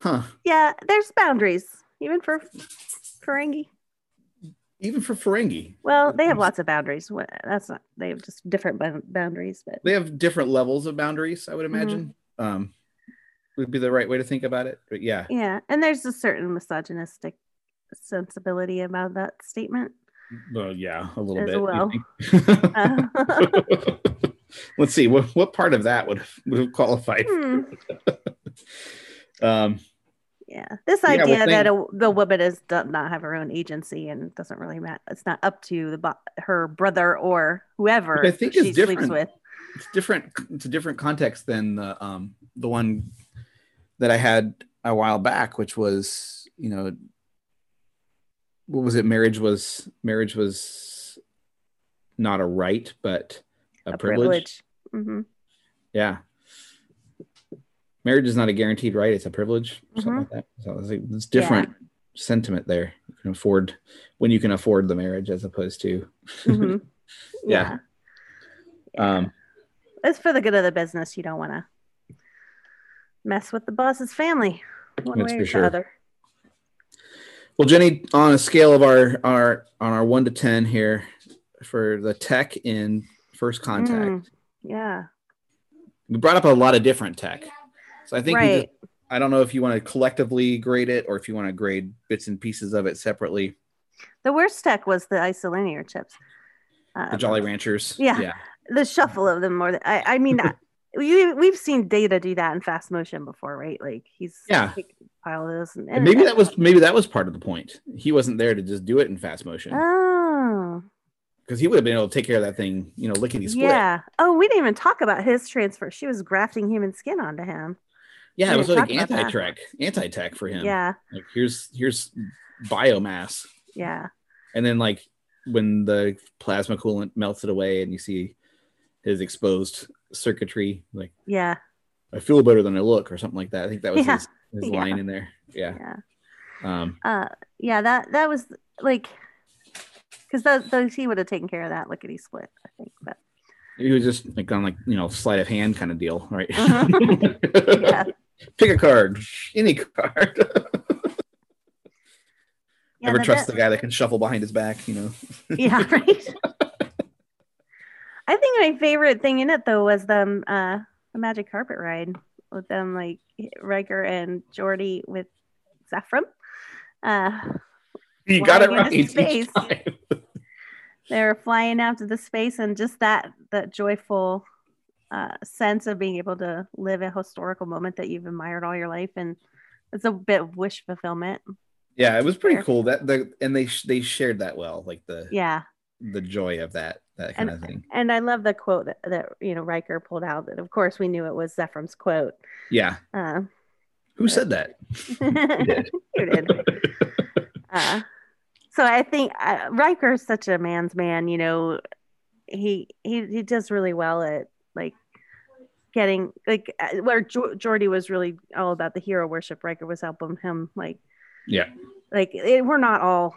Huh. yeah there's boundaries even for ferengi Even for Ferengi, Well, they have lots of boundaries. Wha- That's not. They have just different bou- boundaries, but they have different levels of boundaries. I Mm-hmm. would imagine. Um, would be the right way to think about it. But yeah, yeah. And there's a certain misogynistic sensibility about that statement. Well, yeah, a little As bit. you well. think. Uh, Let's see what what part of that would would have qualified. hmm, Um, yeah, this Yeah, well, idea that a, the woman is does not have her own agency and doesn't really matter. It's not up to the bo- her brother or whoever Which I think she is sleeps different. with. it's different. It's a different context than the um the one that I had a while back, which was you know what was it? Marriage was marriage was not a right, but a, privilege. hmm Yeah. Marriage is not a guaranteed right, it's a privilege. Something Mhm. like that. So it's, like, it's different sentiment there. You can afford when you can afford the marriage as opposed to hmm Yeah. um it's for the good of the business. You don't want to mess with the boss's family, one That's way for or sure. the other. well Jenny, on a scale of our our on our one to ten here for the tech in first contact, Mm, yeah. we brought up a lot of different tech. So I think we right. just, I don't know if you want to collectively grade it or if you want to grade bits and pieces of it separately. The worst tech was the isolinear chips. Uh, The Jolly Ranchers. Yeah. Yeah. the shuffle of them more than I, I mean, I, we, we've seen Data do that in fast motion before, right? Like he's Yeah. like, pile of those and, And maybe that was maybe that was part of the point. He wasn't there to just do it in fast motion oh because he would have been able to take care of that thing, you know, lickety split. Yeah, yeah. Oh, we didn't even talk about his transfer. She was grafting human skin onto him. yeah it was We like didn't talk about that. anti-tech, anti-tech for Yeah, him. yeah. like here's here's biomass, and then like when the plasma coolant melts it away and you see his exposed circuitry, like Yeah, I feel better than I look or something like that. I think that was Yeah. his, his Yeah. line in there. Yeah. yeah, Um, uh, yeah. That that was like, because those, those he would have taken care of that lickety split, I think. But he was just like on like you know sleight of hand kind of deal, right? Mhm. yeah, Pick a card, any card. yeah Never the trust bit- the guy that can shuffle behind his back, you know. yeah, right. I think my favorite thing in it though was them uh the magic carpet ride with them like Riker and Jordy with Saffron. Uh You Why got it you right. just each space? time. they were flying out to the space and just that that joyful uh sense of being able to live a historical moment that you've admired all your life and it's a bit of wish fulfillment. Yeah, it was pretty cool. That the and they sh- they shared that well, like the Yeah. the joy of that that kind of thing. And I love the quote that, that you know Riker pulled out. That of course we knew it was Zephram's quote. Yeah. Uh, Who said that? did. you did. Uh, so I think uh, Riker's such a man's man. You know, he he he does really well at like getting like uh, where jo- Jordy was really all about the hero worship. Riker was helping him like Yeah. like it, we're not all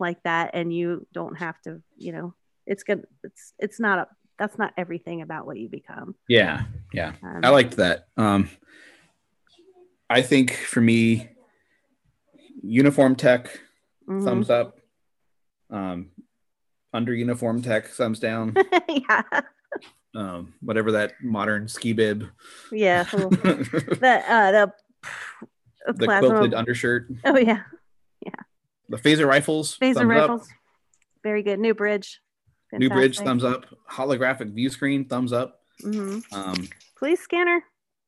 like that, and you don't have to. You know, it's good. It's it's not a that's not everything about what you become. Yeah. Um, I liked that. Um, I think for me, uniform tech mhm. thumbs up. Um, under uniform tech thumbs down. yeah, um, whatever that modern ski bib, yeah. Well, the the uh, the, the plasma- quilted undershirt, Oh yeah, the phaser rifles, phaser thumbs rifles. up. Very good. New Bridge. New bridge, thumbs up. Holographic view screen, thumbs up. hmm Um, Police scanner.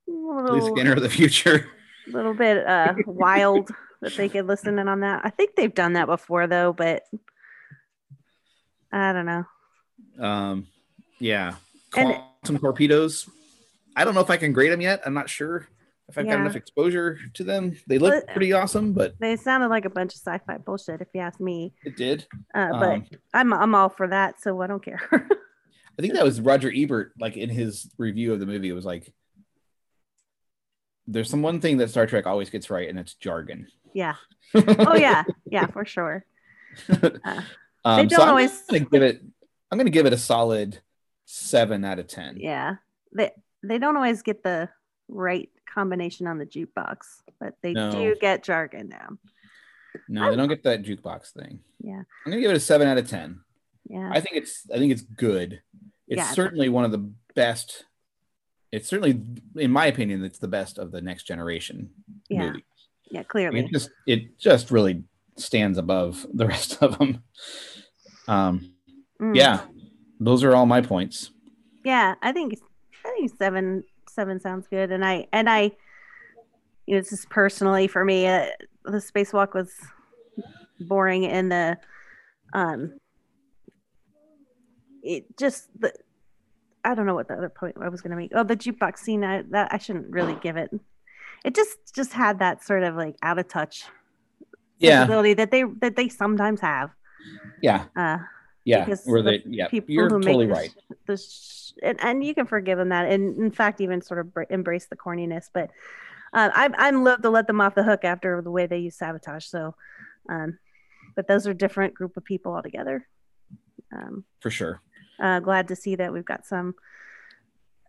A little, police scanner of the future. little bit uh, wild that they could listen in on that. I think they've done that before though, but I don't know. Um, yeah, And- quantum torpedoes. I don't know if I can grade them yet. I'm not sure if I've got Yeah. enough exposure to them. They look Well- pretty awesome, but They sounded like a bunch of sci-fi bullshit, if you ask me. it did. Uh, but Um, I'm I'm all for that, so I don't care. I think that was Roger Ebert, like in his review of the movie, it was like, "There's some one thing that Star Trek always gets right, and it's jargon." yeah. Oh yeah. Yeah, for sure. um, They so don't I'm always- gonna give it. I'm gonna give it a solid seven out of ten. Yeah. They they don't always get the right combination on the jukebox, but they No. do get jargon now. No, they don't get that jukebox thing. Yeah. I'm gonna give it a seven out of ten. Yeah. I think it's I think it's good. It's Yeah. certainly one of the best. It's certainly, in my opinion, it's the best of the next generation Yeah, movie. yeah, I clearly. mean, It just it just really stands above the rest of them. Um, Mm. yeah, those are all my points. yeah i think i think seven seven sounds good and i and i you know just personally for me uh, the spacewalk was boring and the um it just the i don't know what the other point i was gonna make oh the jukebox scene i that i shouldn't really give it it just just had that sort of like out of touch Yeah, sensibility that they that they sometimes have yeah, uh yeah. Because Where the they, yeah, people you're who make totally this- right. this and, and you can forgive them that and in fact even sort of br- embrace the corniness but uh, I'm, I'm loath to let them off the hook after the way they use sabotage so um, but those are different group of people altogether um, for sure. uh, glad to see that we've got some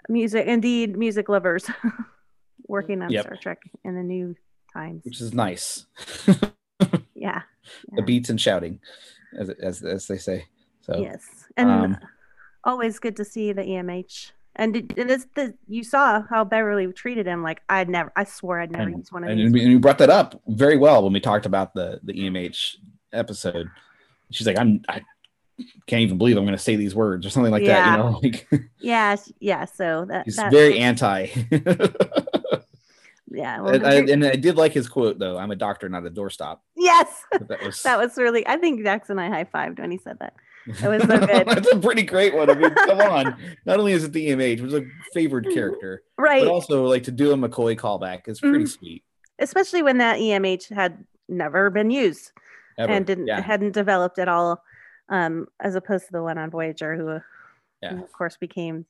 music indeed music lovers working on Yep. star trek in the new times Which is nice. yeah the beats and shouting, as as as they say. So yes and um, always good to see the EMH. And, did, and this, the, you saw how Beverly treated him. Like I'd never, I swore I'd never And- use one of and, these. we- and you brought that up very well when we talked about the the EMH episode. She's like, I'm I can't even believe I'm going to say these words or something like that. Yeah. You know, like yeah, s- yeah. So that, he's that very anti. yeah. well, and, I, you're- and I did like his quote though. I'm a doctor, not a doorstop. yes, But That was that was really. I think Jackson and I high fived when he said that. that was so good. That's a pretty great one. I mean, come on. Not only is it the EMH, which is a favored character, Mm-hmm. Right, but also like to do a McCoy callback is pretty Mhm. sweet. especially when that EMH had never been used Ever. and didn't yeah, hadn't developed at all, um, as opposed to the one on Voyager, who, uh, Yeah. who of course became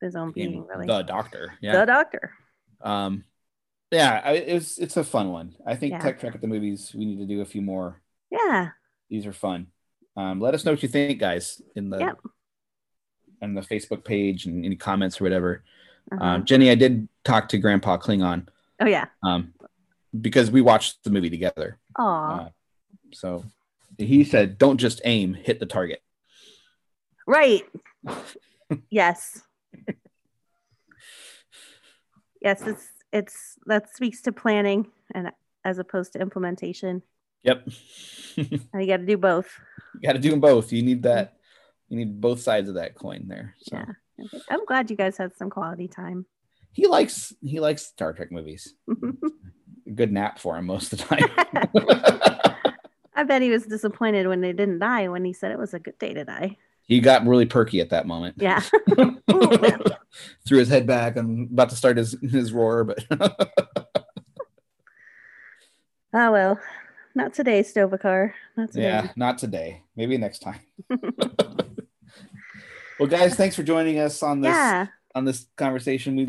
his own being, really the doctor. Yeah. the doctor. um yeah I, it was it's a fun one i think Yeah. tech trek at the movies we need to do a few more Yeah, these are fun um let us know what you think guys in the Yep. on the facebook page and any comments or whatever uh-huh. um jenny i did talk to grandpa klingon oh yeah. um because we watched the movie together Oh, uh, so he said don't just aim hit the target Right. yes. yes, it's it's that speaks to planning and as opposed to implementation. yep you And you got to do both. got to do them both you need that you need both sides of that coin there so Yeah. Okay. I'm glad you guys had some quality time. he likes he likes star trek movies a good nap for him most of the time. I bet he was disappointed when they didn't die when he said it was a good day to die. He got really perky at that moment. Yeah. Oh, Threw his head back and about to start his, his roar, but Ah well. Not today, Stovacar. Not today. yeah, not today. Maybe next time. well, guys, thanks for joining us on this Yeah. on this conversation. We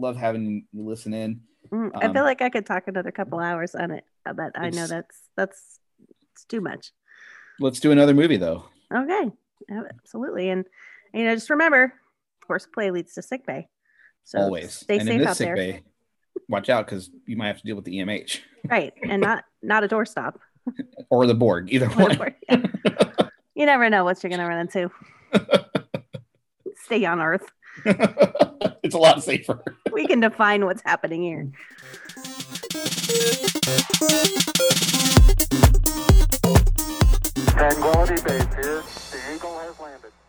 love having you listen in. Mm, I feel Um, like I could talk another couple hours on it, but I know It's- that's that's it's too much. Let's do another movie though. Okay, Ab- absolutely, and you know, just remember, horseplay leads to sick bay. So Always. stay and in safe this out sick there, bay, watch out because you might have to deal with the E EMH right? And not not a doorstop. or the Borg, either one. Whatever, yeah. you never know what you're gonna run into. stay on Earth. it's a lot safer. We can define what's happening here. Tranquility Base here. The Eagle has landed.